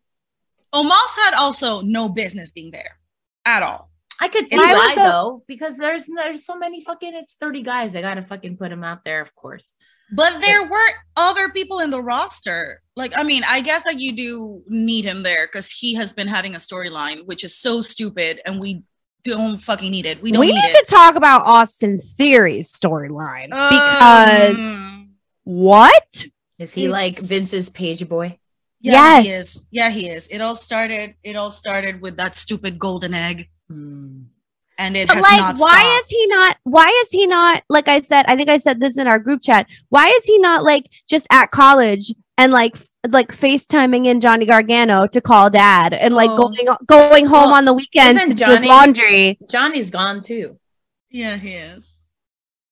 Speaker 5: Omos had also no business being there at all.
Speaker 6: I could see
Speaker 4: Why
Speaker 6: why
Speaker 4: was that-
Speaker 6: though, because there's there's so many fucking it's 30 guys. They gotta fucking put him out there, of course.
Speaker 5: But there were other people in the roster. Like, I mean, I guess like you do need him there because he has been having a storyline which is so stupid, and we don't fucking need it. We
Speaker 4: We,
Speaker 5: don't
Speaker 4: need
Speaker 5: need, it.
Speaker 4: to talk about Austin Theory's storyline because
Speaker 5: Um,
Speaker 4: what?
Speaker 6: Is he like
Speaker 5: It's-
Speaker 6: Vince's page boy?
Speaker 5: yeah, he
Speaker 4: Yes.
Speaker 5: is. Yeah, he is. It all started. It all started with that stupid golden egg, Hmm. and it
Speaker 4: But
Speaker 5: has
Speaker 4: like,
Speaker 5: not
Speaker 4: why
Speaker 5: stopped.
Speaker 4: is he not? Why is he not? Like I said, I think I said this in our group chat. Why is he not like just at college and like f- like FaceTiming in Johnny Gargano to call dad and like
Speaker 5: Oh.
Speaker 4: going going home
Speaker 6: Well,
Speaker 4: on the weekends to
Speaker 6: isn't
Speaker 4: do his
Speaker 6: Johnny-
Speaker 4: laundry?
Speaker 6: Johnny's gone too.
Speaker 5: Yeah, he is.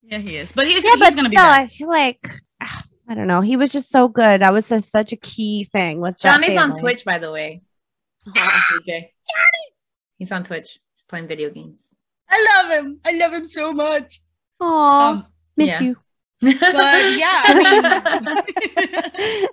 Speaker 5: Yeah, he is. But he's,
Speaker 4: Yeah,
Speaker 5: he's
Speaker 4: but
Speaker 5: gonna
Speaker 4: still,
Speaker 5: be back.
Speaker 4: I feel like ah, I don't know. He was just so good. That was just such a key thing. Was that
Speaker 6: Johnny's on
Speaker 4: family.
Speaker 6: Twitch, by
Speaker 5: *laughs*
Speaker 6: the way. Johnny. He's on Twitch. He's playing video games.
Speaker 5: I love him. I love him so much.
Speaker 4: Aw,
Speaker 5: Um,
Speaker 4: miss
Speaker 6: yeah.
Speaker 4: you.
Speaker 5: but yeah,
Speaker 4: *laughs*
Speaker 6: *laughs*
Speaker 5: I mean,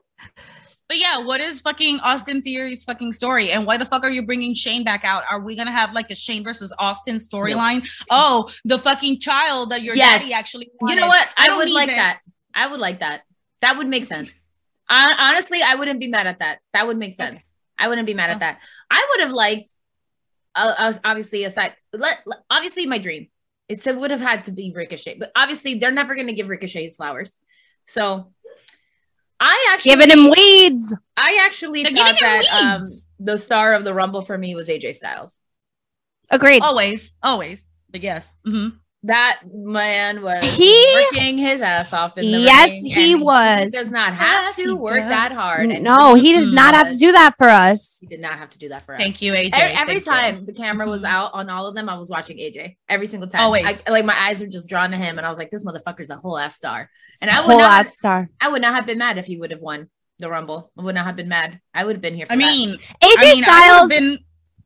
Speaker 5: but yeah, what is fucking Austin Theory's fucking story? And why the fuck are you bringing Shane back out? Are we gonna have like a Shane versus Austin storyline? Oh, the fucking child that your
Speaker 6: Yes.
Speaker 5: daddy actually.
Speaker 6: you
Speaker 5: wanted.
Speaker 6: know what? I,
Speaker 5: don't
Speaker 6: would
Speaker 5: need
Speaker 6: like
Speaker 5: this.
Speaker 6: that. I would like that. That would make sense. Hon- honestly, I wouldn't be mad at that. That would make sense. I wouldn't be mad at
Speaker 5: Okay.
Speaker 6: that. I would have liked, uh, uh, obviously, aside, let, let- obviously, my dream is it would have had to be Ricochet, but obviously, they're never going to give Ricochet his flowers. So, I actually
Speaker 4: Giving him weeds.
Speaker 6: I actually
Speaker 5: They're
Speaker 6: thought
Speaker 5: giving him
Speaker 6: that um,
Speaker 5: leads.
Speaker 6: the star of the Rumble for me was AJ Styles.
Speaker 5: Oh,
Speaker 4: Agreed.
Speaker 5: Always, always. But yes, hmm
Speaker 6: that man was
Speaker 4: He-
Speaker 6: working his ass off in the
Speaker 4: Yes,
Speaker 6: ring,
Speaker 4: he
Speaker 6: and
Speaker 4: was.
Speaker 6: does not have
Speaker 5: Yes, he
Speaker 6: to work
Speaker 5: does.
Speaker 6: that hard. and Mm-hmm.
Speaker 4: No, he did not have to do that for us.
Speaker 6: He did not have to do that for us.
Speaker 5: Thank you, AJ.
Speaker 6: E-
Speaker 5: Thank you.
Speaker 6: Every time the camera was
Speaker 4: Mm-hmm.
Speaker 6: out on all of them, I was watching AJ. Every single time,
Speaker 5: Always.
Speaker 6: I, like my eyes were just drawn to him, and I was like, "This motherfucker's a whole ass star." And
Speaker 4: It's
Speaker 6: I
Speaker 4: a
Speaker 6: would
Speaker 4: whole
Speaker 6: not-
Speaker 4: ass star.
Speaker 6: I would not have been mad if he would have won the Rumble. I would not have been mad. I would have been here. For
Speaker 5: I
Speaker 6: *laughs*
Speaker 5: mean,
Speaker 4: AJ
Speaker 5: I mean, I
Speaker 4: Styles.
Speaker 5: would've been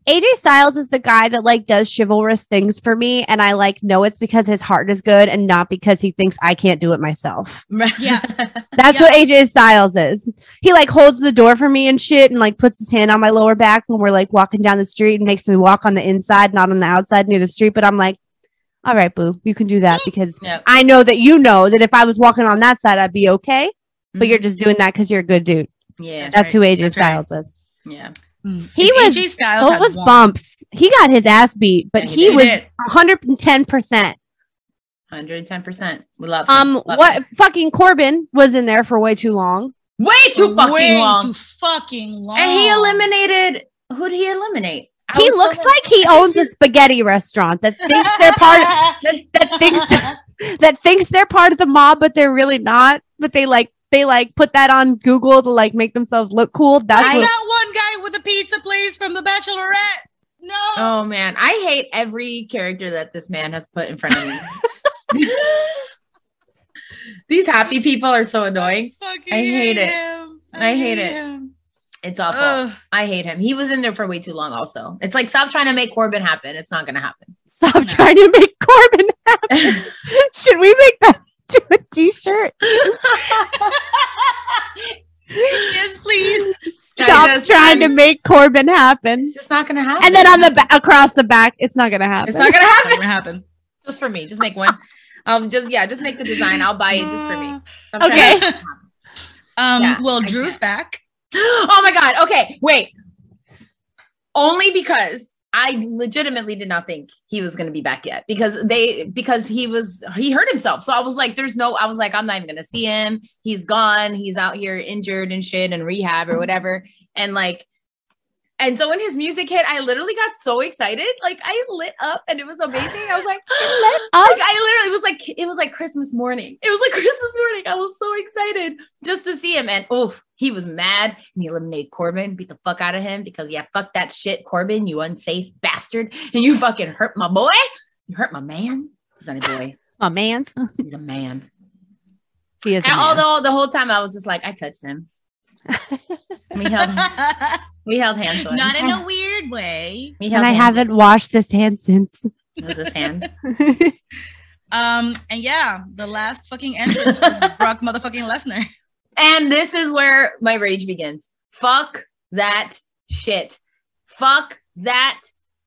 Speaker 4: AJ Styles is the guy that like does chivalrous things for me, and I like know it's because his heart is good and not because he thinks I can't do it myself.
Speaker 6: that.
Speaker 5: Yeah.
Speaker 4: That's what AJ Styles is. He like holds the door for me and shit, and like puts his hand on my lower back when we're like walking down the street and makes me walk on the inside, not on the outside near the street. But I'm like, all right, boo, you can do that because
Speaker 6: Yeah.
Speaker 4: I know that you know that if I was walking on that side, I'd be okay. But you're just doing that because you're a good dude.
Speaker 6: yeah,
Speaker 4: That's who AJ
Speaker 5: Mm-hmm. That's right.
Speaker 4: Styles is.
Speaker 6: yeah.
Speaker 4: He
Speaker 5: if
Speaker 4: was
Speaker 5: AJ Mm-hmm. Styles.
Speaker 4: what
Speaker 5: had
Speaker 4: was
Speaker 5: won-
Speaker 4: bumps. He got his ass beat, but
Speaker 6: Yeah, he
Speaker 4: he,
Speaker 5: did.
Speaker 4: was
Speaker 5: He did.
Speaker 4: 110%.
Speaker 6: Hundred and ten percent. We love. him.
Speaker 4: Um
Speaker 6: Love him.
Speaker 4: what fucking Corbin was in there for way too long.
Speaker 6: Way too fucking
Speaker 5: Way
Speaker 6: long.
Speaker 5: Too fucking long.
Speaker 6: and he
Speaker 5: *laughs*
Speaker 6: eliminated. Who did he eliminate? I
Speaker 4: Oh. He
Speaker 6: was so
Speaker 4: looks
Speaker 6: mad.
Speaker 4: like he owns
Speaker 6: *laughs*
Speaker 4: a spaghetti restaurant that thinks they're part that, that
Speaker 5: *laughs*
Speaker 4: thinks that thinks they're part of the mob but they're really not, but they like they like put that on Google to like make themselves look cool. That's
Speaker 5: I
Speaker 4: what
Speaker 5: got one guy with a pizza place from The Bachelorette. No.
Speaker 6: Oh man, I hate every character that this man has put in front of me.
Speaker 4: *laughs*
Speaker 6: These happy people are so annoying.
Speaker 5: Fucking
Speaker 6: I hate it.
Speaker 5: him.
Speaker 6: I hate it.
Speaker 5: him.
Speaker 6: It's awful.
Speaker 5: Ugh.
Speaker 6: I hate him. He was in there for way too long. Also, it's like stop trying to make Corbin happen. It's not gonna happen.
Speaker 4: stop
Speaker 6: *laughs*
Speaker 4: trying to make Corbin. Should we make that to a t-shirt?
Speaker 5: yes, please.
Speaker 4: Stop
Speaker 6: just-
Speaker 4: trying to make Corbin happen.
Speaker 6: It's just not gonna happen.
Speaker 4: And then on the ba- across the back, it's not gonna happen.
Speaker 6: it's not gonna happen.
Speaker 5: Not gonna happen.
Speaker 6: Just for me. Just make one. Um. Just yeah. Just make the design. I'll buy it just for me. Stop trying to *laughs*
Speaker 4: Okay.
Speaker 5: Um.
Speaker 6: Yeah,
Speaker 5: well,
Speaker 6: I
Speaker 5: Drew's
Speaker 6: *laughs*
Speaker 5: back.
Speaker 6: oh my god. Okay, wait. Only because I legitimately did not think he was going to be back yet because they because he was he hurt himself. So I was like there's no I was like I'm not even going to see him. He's gone. He's out here injured and shit and rehab or whatever. And like and so when his music hit, I literally got so excited. Like I lit up and it was amazing. I was like, like I literally it was like it was like Christmas morning. It was like *laughs* Christmas morning. I was so excited just to see him. And oof, he was mad and he eliminated Corbin, beat the fuck out of him because yeah, fuck that shit, Corbin, you unsafe bastard. And you fucking hurt my boy. You hurt my man. He's not a
Speaker 4: *laughs*
Speaker 6: boy.
Speaker 4: Oh man,
Speaker 6: He's a man.
Speaker 4: he is. a
Speaker 6: And
Speaker 4: man.
Speaker 6: although the whole time I was just like, I
Speaker 4: *laughs*
Speaker 6: touched him. we held we held hands on.
Speaker 5: Not in a weird way.
Speaker 6: we
Speaker 4: and
Speaker 6: held
Speaker 4: I
Speaker 6: hands.
Speaker 4: haven't washed this hand since.
Speaker 6: It was his hand.
Speaker 5: Um. And yeah, the last fucking entrance
Speaker 6: *laughs*
Speaker 5: was Brock motherfucking Lesnar.
Speaker 6: And this is where my rage begins. Fuck that shit. Fuck that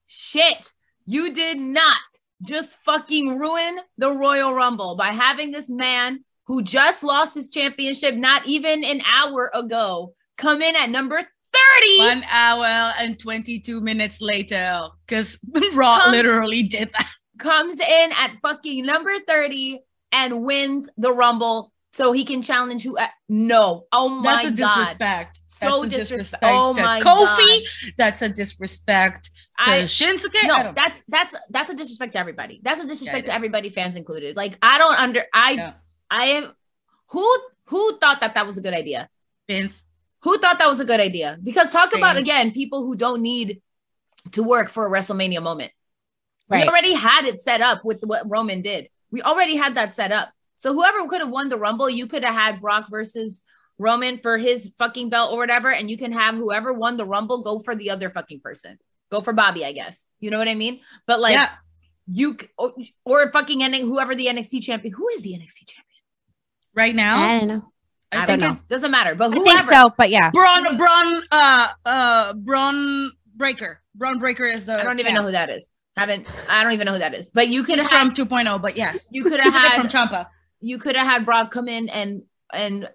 Speaker 6: shit. You did not just fucking ruin the Royal Rumble by having this man who just lost his championship not even an hour ago come in at number 30.
Speaker 5: One hour and twenty-two minutes later, because *laughs* Raw
Speaker 6: Come-
Speaker 5: literally did that.
Speaker 6: comes in at fucking number 30 and wins the Rumble so he can challenge who uh, no. Oh my
Speaker 5: That's a
Speaker 6: god.
Speaker 5: disrespect.
Speaker 6: So
Speaker 5: That's a
Speaker 6: disrespect.
Speaker 5: disrespect.
Speaker 6: Oh
Speaker 5: to
Speaker 6: my
Speaker 5: Kofi. That's a disrespect to
Speaker 6: I
Speaker 5: Shinsuke. I
Speaker 6: no,
Speaker 5: don't-
Speaker 6: that's that's that's a disrespect to everybody. That's a disrespect
Speaker 5: it
Speaker 6: to
Speaker 5: is.
Speaker 6: everybody, fans included. Like I don't under I
Speaker 5: Yeah.
Speaker 6: I am who who thought that that was a good idea.
Speaker 5: Vince.
Speaker 6: Who thought that was a good idea? Because talk about
Speaker 5: Same.
Speaker 6: again people who don't need to work for a WrestleMania moment.
Speaker 4: Right.
Speaker 6: We already had it set up with what Roman did. We already had that set up. So whoever could have won the Rumble, you could have had Brock versus Roman for his fucking belt or whatever, and you can have whoever won the Rumble go for the other fucking person. Go for Bobby, I guess. You know what I mean? But like
Speaker 5: yeah.
Speaker 6: you c- or, or fucking ending whoever the NXT champion. Who is the NXT champion?
Speaker 5: Right now,
Speaker 4: I don't know.
Speaker 5: I,
Speaker 6: I
Speaker 5: think
Speaker 4: don't
Speaker 5: it,
Speaker 4: know.
Speaker 6: Doesn't matter. But
Speaker 4: I
Speaker 6: whoever.
Speaker 4: think so, but yeah.
Speaker 5: Braun Braun uh uh Braun Breaker. Braun Breaker is the
Speaker 6: I don't even know who that is. Haven't. I don't even know who that is. But you could
Speaker 5: He's
Speaker 6: have.
Speaker 5: from 2.0, but yes.
Speaker 6: you could
Speaker 5: He
Speaker 6: have
Speaker 5: took it
Speaker 6: had.
Speaker 5: from Champa.
Speaker 6: you could have had Brock come in and and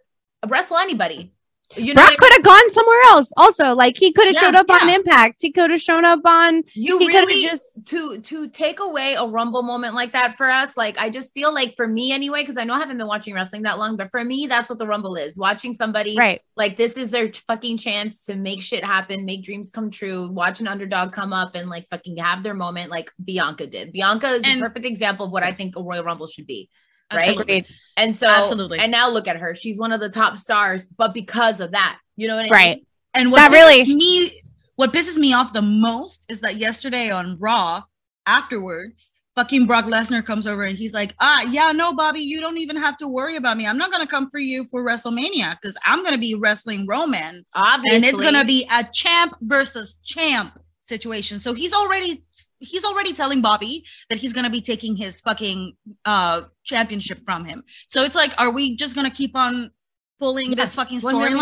Speaker 6: wrestle anybody. You know,
Speaker 4: Brock
Speaker 6: what I
Speaker 4: could have gone somewhere else. Also, like he could have
Speaker 6: Yeah,
Speaker 4: showed up on
Speaker 6: yeah.
Speaker 4: Impact. He could have shown up on.
Speaker 6: mean? you
Speaker 4: He could
Speaker 6: really
Speaker 4: have
Speaker 6: just
Speaker 4: just.
Speaker 6: to to take away a rumble moment like that for us. Like I just feel like for me anyway, because I know I haven't been watching wrestling that long, but for me, that's what the rumble is: watching somebody
Speaker 4: Right.
Speaker 6: like this is their fucking chance to make shit happen, make dreams come true, watch an underdog come up and like fucking have their moment, like Bianca did. Bianca is
Speaker 5: And-
Speaker 6: a perfect example of what I think a Royal Rumble should be. Right?
Speaker 5: Absolutely.
Speaker 6: And so,
Speaker 5: Absolutely.
Speaker 6: And now look at her; she's one of the top stars, but because of that, you know what I
Speaker 4: Right.
Speaker 6: mean?
Speaker 5: And
Speaker 4: That
Speaker 5: what
Speaker 4: really-
Speaker 5: really me what pisses me off the most is that yesterday on Raw, afterwards, fucking Brock Lesnar comes over and he's like, "Ah, yeah, no, Bobby, you don't even have to worry about me. I'm not gonna come for you for WrestleMania because I'm gonna be wrestling Roman,
Speaker 6: Obviously,
Speaker 5: and it's gonna be a champ versus champ situation." So he's already he's already telling Bobby that he's gonna be taking his fucking uh championship from him. So it's like, are we just gonna keep on pulling
Speaker 6: Yeah.
Speaker 5: this fucking
Speaker 6: One million-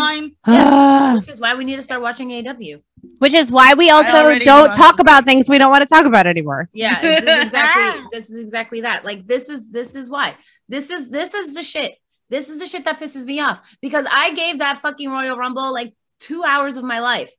Speaker 5: storyline?
Speaker 6: Yes. which is why we need to start watching E AW.
Speaker 4: *sighs* Which is why we also
Speaker 5: already
Speaker 4: don't
Speaker 5: watched
Speaker 4: talk
Speaker 5: it.
Speaker 4: about things we don't want to talk about anymore.
Speaker 6: Yeah, this is
Speaker 5: *laughs*
Speaker 6: exactly this is exactly that. Like this is this is why. This is this is the shit. This is the shit that pisses me off because I gave that fucking Royal Rumble like 2 hours of my life.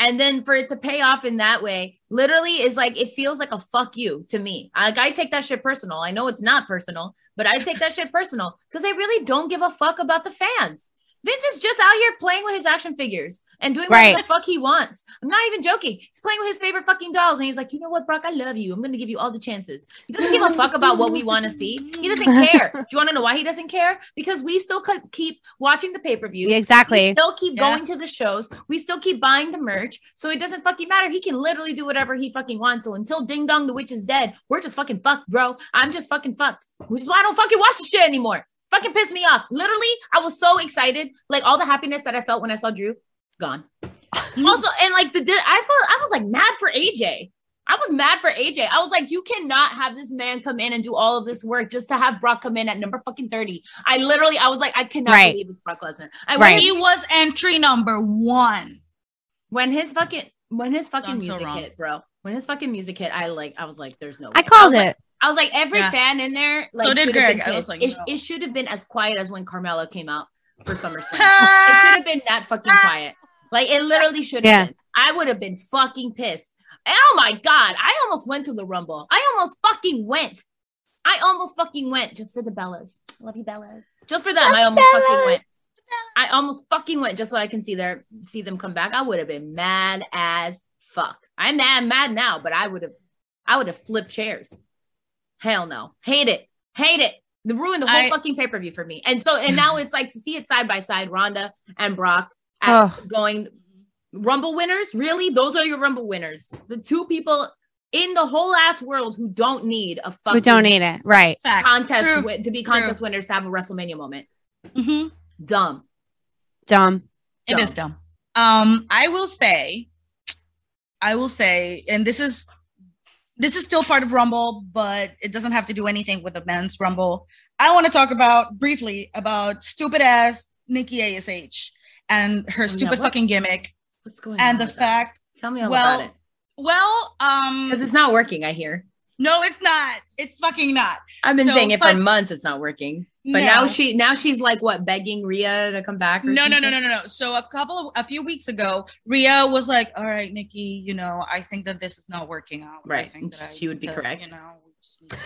Speaker 6: And then for it to pay off in that way literally is like it feels like a fuck you to me. Like I take that shit personal. I know it's not personal, but I take that shit personal cuz I really don't give a fuck about the fans. Vince is just out here playing with his action figures and doing
Speaker 4: Right.
Speaker 6: whatever the fuck he wants. I'm not even joking. He's playing with his favorite fucking dolls, and he's like, you know what, Brock, I love you. I'm gonna give you all the chances. He doesn't give a fuck about what we want to see. He doesn't care. Do you want to know why he doesn't care? Because we still could keep watching the pay per views. We
Speaker 4: Exactly.
Speaker 6: still keep
Speaker 5: Yeah.
Speaker 6: going to the shows. We still keep buying the merch. So it doesn't fucking matter. He can literally do whatever he fucking wants. So until Ding Dong the Witch is dead, we're just fucking fucked, bro. I'm just fucking fucked. Which is why I don't fucking watch the shit anymore. Fucking piss me off. Literally, I was so excited. Like all the happiness that I felt when I saw Drew,
Speaker 4: *laughs*
Speaker 6: gone. also, and like the di- I felt I was like mad for AJ. I was mad for AJ. I was like, you cannot have this man come in and do all of this work just to have Brock come in at number fucking 30. I literally, I was like, I cannot
Speaker 4: Right.
Speaker 6: believe it's Brock Lesnar. I
Speaker 4: Right.
Speaker 6: right.
Speaker 5: He was entry number one.
Speaker 6: When his fucking when his fucking
Speaker 5: I'm so
Speaker 6: music
Speaker 5: wrong.
Speaker 6: hit, bro. When his fucking music hit, I like I was like, there's no. Way.
Speaker 4: I called
Speaker 6: was
Speaker 4: it.
Speaker 6: Like, I was like, every
Speaker 5: Yeah.
Speaker 6: fan in there.
Speaker 5: So
Speaker 6: Like,
Speaker 5: did
Speaker 6: should have
Speaker 5: Greg.
Speaker 6: been
Speaker 5: I was
Speaker 6: pissed.
Speaker 5: like,
Speaker 6: it,
Speaker 5: no.
Speaker 6: it should have been as quiet as when Carmelo came out
Speaker 5: *laughs*
Speaker 6: for SummerSlam. it should
Speaker 5: Ah!
Speaker 6: have been that fucking quiet. Like it literally should have
Speaker 4: Yeah.
Speaker 6: been. I would have been fucking pissed. And, oh my god, I almost went to the rumble. I almost fucking went. I almost fucking went just for the Bellas. Love you, Bellas. Just for them, I almost fucking went. I almost fucking went just so I can see their see them come back. I would have been mad as fuck. I'm mad, mad now, but I would have, I would have flipped chairs. Hell no, hate it, hate it. They ruined the whole
Speaker 5: I-
Speaker 6: fucking pay per view for me. And so, and
Speaker 5: *laughs*
Speaker 6: now it's like to see it side by side, Ronda and Brock
Speaker 4: Ugh.
Speaker 6: at going Rumble winners. Really, those are your Rumble winners. The two people in the whole ass world who don't need a fucking
Speaker 4: We don't need it. Right.
Speaker 5: Fact.
Speaker 6: contest
Speaker 5: True.
Speaker 6: win- to be contest winners to have a WrestleMania moment.
Speaker 5: Mhm.
Speaker 6: Dumb.
Speaker 4: Dumb.
Speaker 5: It is dumb. Um, I will say, I will say, and this is this is still part of Rumble, but it doesn't have to do anything with the men's Rumble. I want to talk about briefly about stupid ass Nikki Ash and her
Speaker 6: yeah, Oh,
Speaker 5: stupid
Speaker 6: what's-
Speaker 5: fucking gimmick
Speaker 6: What's going on?
Speaker 5: and the
Speaker 6: with that?
Speaker 5: fact.
Speaker 6: Tell me all
Speaker 5: well,
Speaker 6: about it.
Speaker 5: Well, um,
Speaker 6: Because it's not working, I hear.
Speaker 5: no, it's not. It's fucking not.
Speaker 6: I've been
Speaker 5: So,
Speaker 6: saying it for
Speaker 5: but-
Speaker 6: months. It's not working. But now she now she's like what begging Rhea to come back. Or
Speaker 5: no, no,
Speaker 6: something?
Speaker 5: no, no, no, no. So a couple of a few weeks ago, Ria was like, "All right, Nikki, you know, I think that this is not working out. I
Speaker 6: Right.
Speaker 5: think that I-
Speaker 6: She would be
Speaker 5: that,
Speaker 6: correct.
Speaker 5: You know, we just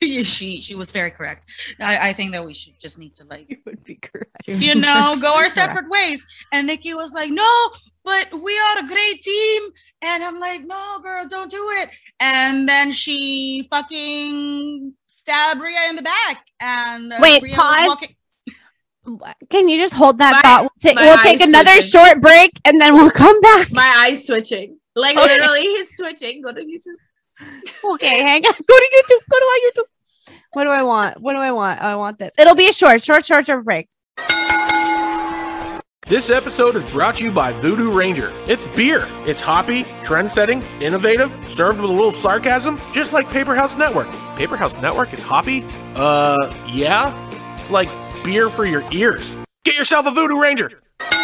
Speaker 5: need to- she she was very correct. I, I think that we should just need to
Speaker 6: *laughs*
Speaker 5: like,
Speaker 4: would be correct.
Speaker 5: you know, go our separate ways. And Nikki was like, "No, but we are a great team." And I'm like, "No, girl, don't do it." And then she fucking stabbed Ria in the back. And uh,
Speaker 4: Wait,
Speaker 5: Rhea was walking-
Speaker 4: pause. Can you just hold that
Speaker 6: My-
Speaker 4: thought? We'll, ta-
Speaker 6: my
Speaker 4: we'll
Speaker 6: eyes
Speaker 4: take another
Speaker 6: twitching.
Speaker 4: short break and then we'll come back.
Speaker 6: My eyes switching. Like
Speaker 4: Okay.
Speaker 6: literally, he's switching. Go to YouTube.
Speaker 4: okay, hang on. *laughs* Go to YouTube. Go to my YouTube. What do I want? What do I want? Oh, I want this. It'll be a short, short, short, short break.
Speaker 1: This episode is brought to you by Voodoo Ranger. It's beer. It's hoppy, trend-setting, innovative, served with a little sarcasm, just like Paper House Network. Paper House Network is hoppy? Uh, yeah. It's like beer for your ears. Get yourself a Voodoo Ranger.
Speaker 4: All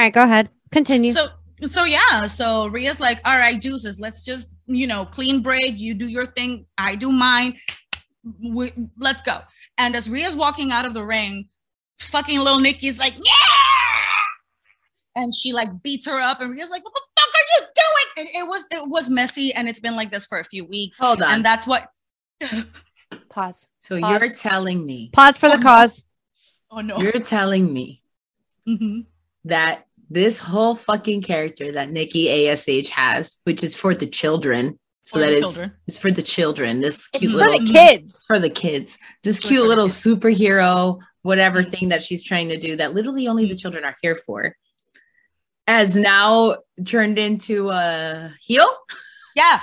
Speaker 4: right, go ahead. Continue.
Speaker 5: So so yeah, so Rhea's like, all right, deuces, let's just you know clean break. You do your thing, I do mine. We, let's go. And as Rhea's walking out of the ring, fucking little Nikki's like, yeah, and she like beats her up and Rhea's like, what the fuck are you doing? And it was it was messy and it's been like this for a few weeks.
Speaker 6: Hold on.
Speaker 5: And that's what
Speaker 4: Pause.
Speaker 6: so
Speaker 4: Pause.
Speaker 6: you're telling me,
Speaker 4: Pause for the cause.
Speaker 5: oh no. *laughs*
Speaker 6: you're telling me
Speaker 5: Mhm.
Speaker 6: that this whole fucking character that Nikki Ash has, which is for the children, so
Speaker 5: For the
Speaker 6: that it's
Speaker 5: children.
Speaker 6: it's for the children. This
Speaker 4: It's
Speaker 6: cute
Speaker 4: for
Speaker 6: little
Speaker 4: the kids.
Speaker 6: it's for the kids. This
Speaker 5: For-
Speaker 6: cute
Speaker 5: for the
Speaker 6: little
Speaker 5: kids. Mm-hmm.
Speaker 6: superhero, whatever thing that she's trying to do that literally only the children are here for, has now turned into a heel.
Speaker 5: Yeah.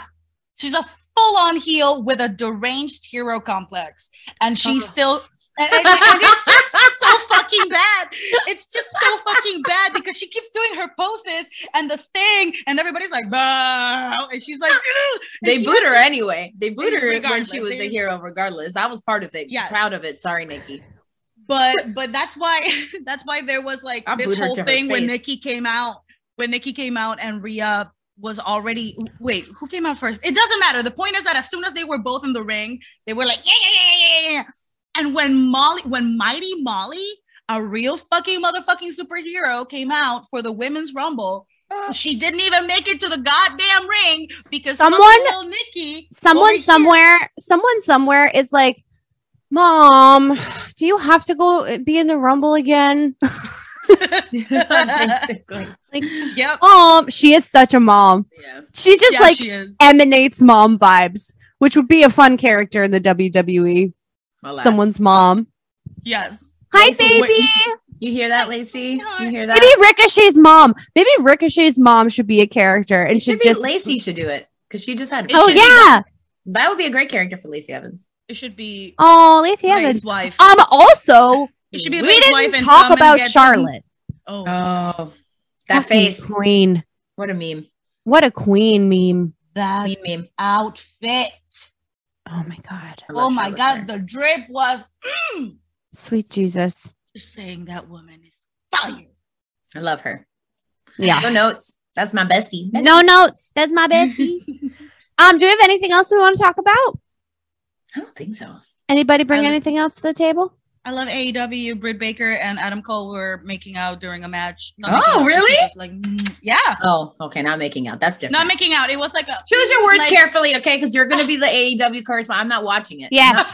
Speaker 5: She's a full-on heel with a deranged hero complex. And she's still and, and- and it's just so fucking bad. It's just so fucking bad because she keeps doing her poses and the thing, and everybody's like, "Bow," and she's like, and
Speaker 6: They
Speaker 5: she
Speaker 6: boot
Speaker 5: was
Speaker 6: her
Speaker 5: just-
Speaker 6: anyway. They boot her when
Speaker 5: regardless,
Speaker 6: she was
Speaker 5: they-
Speaker 6: a hero, regardless. I was part of it.
Speaker 5: Yes.
Speaker 6: Proud of it.
Speaker 5: *laughs*
Speaker 6: Sorry, Nikki. *laughs*
Speaker 5: but but that's why *laughs* that's why there was like
Speaker 6: I
Speaker 5: this
Speaker 6: booed her
Speaker 5: whole
Speaker 6: to her
Speaker 5: thing when
Speaker 6: face.
Speaker 5: Nikki came out when Nikki came out and Rhea was already wait who came out first it doesn't matter the point is that as soon as they were both in the ring they were like yeah yeah yeah yeah, yeah yeah and when Molly when Mighty Molly a real fucking motherfucking superhero came out for the women's rumble
Speaker 6: Uh,
Speaker 5: she didn't even make it to the goddamn ring because fucking
Speaker 4: Someone-
Speaker 5: little Nikki over
Speaker 4: Someone
Speaker 5: here-
Speaker 4: somewhere, someone somewhere is like, Mom, do you have to go eh, be in the rumble again?
Speaker 6: Basically.
Speaker 5: *laughs* yep
Speaker 4: Um, she is such a mom.
Speaker 6: Yeah.
Speaker 4: She just
Speaker 5: yeah,
Speaker 4: like
Speaker 5: she is
Speaker 4: emanates mom vibes, which would be a fun character in the WWE.
Speaker 6: Alas.
Speaker 4: Someone's mom.
Speaker 5: yes
Speaker 4: Hi,
Speaker 5: Lacey, what-
Speaker 4: baby.
Speaker 6: You hear that, Lacey?
Speaker 5: Oh God.
Speaker 6: You hear that?
Speaker 4: Maybe Ricochet's mom. Maybe Ricochet's mom should be a character and
Speaker 6: It should
Speaker 4: should
Speaker 6: be
Speaker 4: just.
Speaker 6: Lacey should do it because she just had.
Speaker 5: It
Speaker 4: Oh
Speaker 5: should be
Speaker 4: yeah.
Speaker 6: that would be a great character for Lacey Evans.
Speaker 5: it should be
Speaker 4: Oh, Lacey
Speaker 5: yeah,
Speaker 4: Evans.
Speaker 5: wife.
Speaker 4: Um. Also,
Speaker 5: It should be
Speaker 4: we
Speaker 5: the maid's wife
Speaker 4: didn't
Speaker 5: and
Speaker 4: talk
Speaker 5: come and
Speaker 4: about
Speaker 5: get
Speaker 4: Charlotte.
Speaker 5: some- oh,
Speaker 6: Oh,
Speaker 4: Fucking
Speaker 6: that face!
Speaker 4: queen.
Speaker 6: What a meme.
Speaker 4: What a queen meme.
Speaker 5: that
Speaker 6: Mean meme.
Speaker 5: outfit.
Speaker 4: Oh my god.
Speaker 6: I
Speaker 5: Oh
Speaker 6: love
Speaker 5: my
Speaker 6: Charlotte
Speaker 5: god,
Speaker 6: Flair.
Speaker 5: the drip was
Speaker 4: Sweet Jesus.
Speaker 5: just saying that woman is fire.
Speaker 6: I love her.
Speaker 4: Yeah.
Speaker 6: No notes. That's my bestie. Bestie.
Speaker 4: No notes. That's my bestie.
Speaker 5: *laughs*
Speaker 4: um. Do we have anything else we want to talk about?
Speaker 6: I don't think so.
Speaker 4: Anybody bring
Speaker 5: I-
Speaker 4: anything else to the table? *laughs*
Speaker 5: I love AEW. Britt Baker and Adam Cole were making out during a match. Not
Speaker 6: Oh,
Speaker 5: making out,
Speaker 6: really?
Speaker 5: just Like, mm, yeah,
Speaker 6: Oh, okay. Not making out. That's different.
Speaker 5: not making out. It was like a
Speaker 6: Choose your words
Speaker 5: like-
Speaker 6: carefully, okay? Because you're going to be the AEW correspondent. I'm not watching it.
Speaker 4: Yes.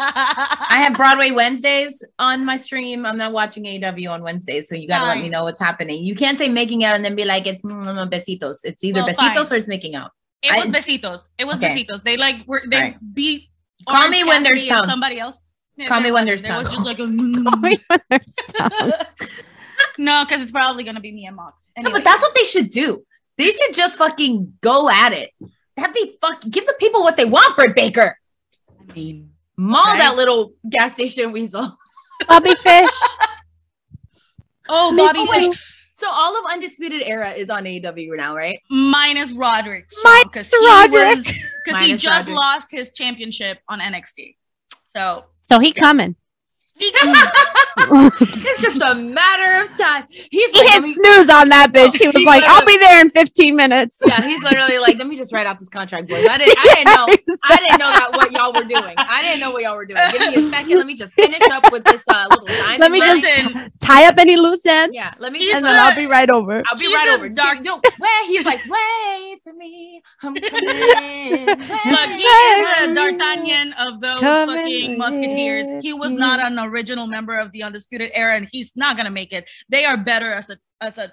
Speaker 6: I have Broadway Wednesdays on my stream. I'm not watching AEW on Wednesdays, so you gotta let
Speaker 5: Fine.
Speaker 6: me know what's happening. You can't say making out and then be like it's mm, mm, besitos. It's either
Speaker 5: Well,
Speaker 6: besitos
Speaker 5: fine.
Speaker 6: or it's making out.
Speaker 5: *laughs* *laughs* It was
Speaker 6: I-
Speaker 5: besitos. It was
Speaker 6: Okay.
Speaker 5: besitos. They like were they
Speaker 6: Alright.
Speaker 5: beat.
Speaker 6: Call
Speaker 5: Orange
Speaker 6: me when there's
Speaker 5: Cassidy and
Speaker 6: tongue.
Speaker 5: Somebody else. Yeah,
Speaker 6: Call
Speaker 5: there
Speaker 6: me when there's
Speaker 5: wasn't.
Speaker 6: tongue.
Speaker 5: *laughs* There was just like a.
Speaker 4: Stop.
Speaker 5: no, because it's probably gonna be me and Mox.
Speaker 6: No,
Speaker 5: Anyway.
Speaker 6: but that's what they should do. They should just fucking go at it. That'd be fuck. Give the people what they want, Britt Baker.
Speaker 5: I mean.
Speaker 6: Maul
Speaker 5: Right.
Speaker 6: that little gas station weasel. *laughs*
Speaker 5: *laughs*
Speaker 4: Bobby Fish.
Speaker 5: Oh,
Speaker 4: Me
Speaker 5: Bobby
Speaker 4: too.
Speaker 5: Fish
Speaker 6: So all of Undisputed Era is on AEW now, right?
Speaker 5: minus Roderick.
Speaker 4: Minus Roderick.
Speaker 5: Because he
Speaker 6: Minus
Speaker 5: just
Speaker 6: Roderick.
Speaker 5: lost his championship on NXT. So
Speaker 4: So he
Speaker 5: *laughs*
Speaker 4: coming. *laughs*
Speaker 5: he,
Speaker 6: It's just a matter of time. He's
Speaker 4: he
Speaker 6: like,
Speaker 4: hit
Speaker 6: let me-
Speaker 4: snooze on that bitch. He was
Speaker 6: He
Speaker 4: like, "I'll
Speaker 6: literally-
Speaker 4: be there in 15 minutes."
Speaker 6: yeah, he's literally like, let me just write out this contract, boys. I didn't, *laughs* I didn't know, I didn't know that what y'all were doing. I didn't know what y'all were doing. Give me a second. Let me just finish up with this uh, little. diamond
Speaker 4: Let me just-
Speaker 6: ring.
Speaker 5: listen,
Speaker 4: Tie up any loose ends,
Speaker 6: Yeah, let me.
Speaker 5: He's
Speaker 6: Just,
Speaker 4: and then
Speaker 5: a-
Speaker 4: I'll be right over.
Speaker 6: I'll be
Speaker 5: he's
Speaker 6: right
Speaker 5: a
Speaker 6: over. Just
Speaker 5: dark-
Speaker 6: don't wait.
Speaker 5: *laughs*
Speaker 6: He's like, wait for me. I'm coming. in.
Speaker 5: look,
Speaker 6: Wait.
Speaker 5: he is the D'Artagnan of those
Speaker 4: Coming
Speaker 5: fucking musketeers.
Speaker 4: with
Speaker 5: He was
Speaker 4: you.
Speaker 5: not an original member of the Undisputed Era, and he's not gonna make it. They are better as a as a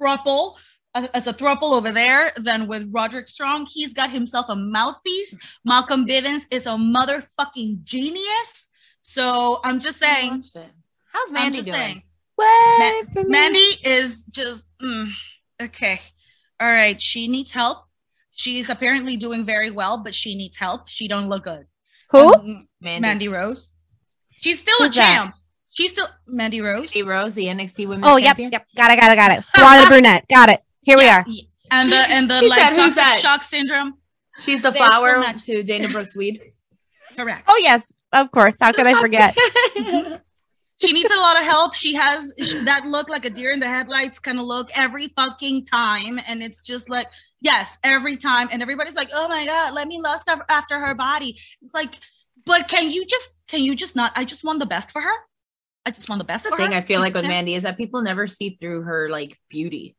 Speaker 5: thruple. As as a thruple over there than with Roderick Strong. He's got himself a mouthpiece. Malcolm Bivens is a motherfucking genius. So I'm just saying,
Speaker 6: How's
Speaker 5: I'm
Speaker 6: Mandy
Speaker 5: just
Speaker 6: doing?
Speaker 5: saying.
Speaker 4: Wait for me.
Speaker 5: Mandy is just mm, okay. All right, she needs help. She's apparently doing very well, but she needs help. She don't look good.
Speaker 4: who?
Speaker 5: Um, Mandy, Rose. She's still
Speaker 4: Who's
Speaker 5: a
Speaker 4: that?
Speaker 5: champ. She's still Mandy Rose.
Speaker 6: Mandy Rose, the NXT Women's
Speaker 4: Oh, yep,
Speaker 6: Champion.
Speaker 4: yep. Got it, got it, got it. Blonde brunette. Got it. Here we are.
Speaker 5: And the and the
Speaker 6: She
Speaker 5: like
Speaker 6: said, "Who's
Speaker 5: toxic
Speaker 6: that?"
Speaker 5: shock syndrome.
Speaker 6: She's the
Speaker 5: There's so
Speaker 6: flower
Speaker 5: much.
Speaker 6: to Dana Brooks
Speaker 5: *laughs*
Speaker 6: Weed.
Speaker 5: Correct.
Speaker 4: Oh yes, of course. How could I
Speaker 6: *laughs*
Speaker 4: forget?
Speaker 5: She needs a lot of help. She has that look like a deer in the headlights kind of look every fucking time. And it's just like, yes, every time. And everybody's like, oh my God, let me lust af- after her body. It's like, but can you just, can you just not? I just want the best for her. I just want the best
Speaker 6: That's the
Speaker 5: for
Speaker 6: thing
Speaker 5: her.
Speaker 6: I feel
Speaker 5: She's
Speaker 6: like
Speaker 5: a *laughs*
Speaker 6: with
Speaker 5: champ.
Speaker 6: Mandy is that people never see through her like beauty.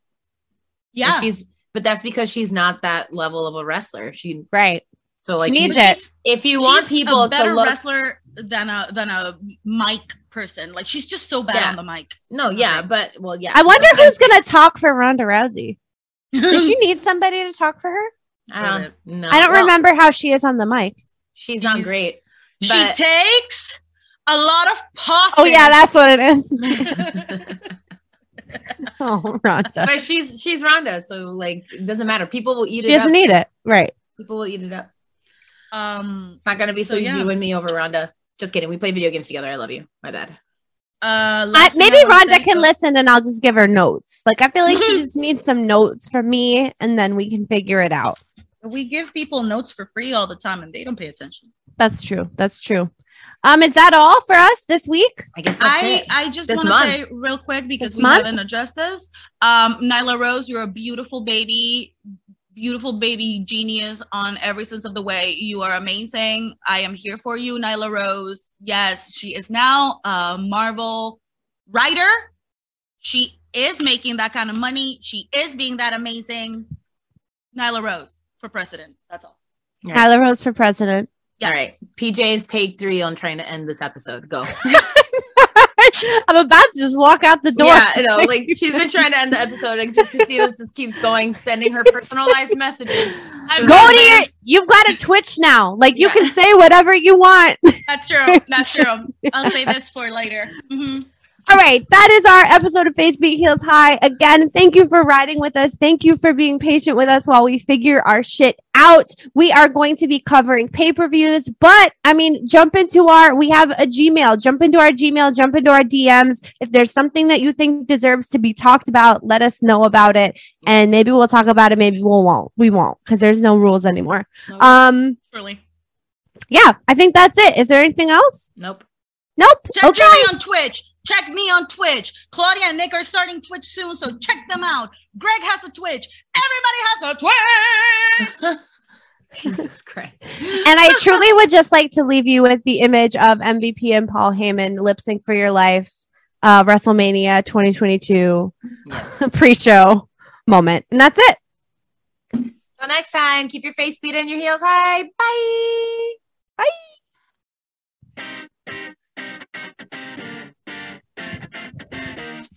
Speaker 6: And
Speaker 5: Yeah,
Speaker 6: she's but that's because she's not that level of a wrestler. She
Speaker 4: Right.
Speaker 6: so like
Speaker 4: she needs
Speaker 6: you-
Speaker 4: it.
Speaker 6: if you want
Speaker 5: She's
Speaker 6: people
Speaker 5: a better
Speaker 6: to look
Speaker 5: wrestler than a than a mic person. Like she's just so bad
Speaker 6: Yeah.
Speaker 5: on the mic.
Speaker 6: No, yeah,
Speaker 5: Okay.
Speaker 6: but well, yeah.
Speaker 4: I wonder
Speaker 6: but
Speaker 4: who's gonna talk for Ronda Rousey.
Speaker 5: *laughs*
Speaker 4: Does she need somebody to talk for her?
Speaker 6: I don't know.
Speaker 4: I don't
Speaker 6: Well,
Speaker 4: remember how she is on the mic.
Speaker 6: She's not
Speaker 5: She's-
Speaker 6: great.
Speaker 5: she
Speaker 6: but-
Speaker 5: takes a lot of pauses.
Speaker 4: Oh yeah, that's what it
Speaker 6: *laughs*
Speaker 4: is. *laughs* oh, Ronda.
Speaker 6: *laughs* But she's she's Rhonda, so like it doesn't matter. People will eat
Speaker 4: She
Speaker 6: it up.
Speaker 4: doesn't need it. Right.
Speaker 6: people will eat it up.
Speaker 5: *laughs* um.
Speaker 6: It's not gonna be so,
Speaker 5: So,
Speaker 6: easy
Speaker 5: yeah.
Speaker 6: to win me over, Rhonda. Just kidding. We play video games together. I love you. My bad.
Speaker 4: I,
Speaker 5: Uh, last thing
Speaker 4: maybe
Speaker 5: I wanna
Speaker 4: Rhonda
Speaker 5: say-
Speaker 4: can
Speaker 5: oh,
Speaker 4: listen and I'll just give her notes. Like I feel like
Speaker 6: *laughs*
Speaker 4: she just needs some notes from me and then we can figure it out.
Speaker 5: We give people notes for free all the time, and they don't pay attention.
Speaker 4: That's true. That's true. Um, is that all for us this week?
Speaker 6: I guess that's
Speaker 5: I,
Speaker 6: it.
Speaker 5: I just
Speaker 6: This
Speaker 5: want to
Speaker 6: month.
Speaker 5: say real quick because
Speaker 4: This
Speaker 5: we
Speaker 4: month?
Speaker 5: haven't addressed this. Um, Nyla Rose, you're a beautiful baby, beautiful baby genius on every sense of the way. You are amazing. I am here for you, Nyla Rose. Yes, she is now a Marvel writer. She is making that kind of money. She is being that amazing. Nyla Rose for president. That's all.
Speaker 6: Yeah.
Speaker 4: Tyler Rose for president. *laughs*
Speaker 5: Yes.
Speaker 6: All right. PJ's take three on trying to end this episode. *laughs* Go.
Speaker 4: I'm about to just walk out the door.
Speaker 6: Yeah, I know. Like
Speaker 4: *laughs*
Speaker 6: she's been trying to end the episode, and just Christina just keeps going, sending her personalized messages.
Speaker 5: I'm
Speaker 4: Go to your
Speaker 5: amazed.
Speaker 4: you've got a Twitch now. Like you
Speaker 5: Yeah.
Speaker 4: can say whatever you want.
Speaker 5: That's true. That's true. I'll say this for later. Mhm.
Speaker 4: All right, that is our episode of Face Beat Heels High. Again, thank you for riding with us. Thank you for being patient with us while we figure our shit out. We are going to be covering pay per views, but I mean, jump into our, we have a Gmail, jump into our Gmail, jump into our DMs. If there's something that you think deserves to be talked about, let us know about it. And maybe we'll talk about it. Maybe we won't. We won't because there's no rules anymore.
Speaker 6: No.
Speaker 4: Um,
Speaker 5: Truly.
Speaker 4: yeah, I think that's it. Is there anything else?
Speaker 6: Nope.
Speaker 4: Nope.
Speaker 5: Check
Speaker 4: Okay.
Speaker 5: Jerry on Twitch. Check me on Twitch. Claudia and Nick are starting Twitch soon, so check them out. Greg has a Twitch. Everybody has a Twitch.
Speaker 6: Jesus Christ.
Speaker 4: and I truly would just like to leave you with the image of MVP and Paul Heyman lip sync for your life, uh, WrestleMania 2022 *laughs* pre show moment. And that's it.
Speaker 6: Till next time, keep your face beat and your heels high. Bye.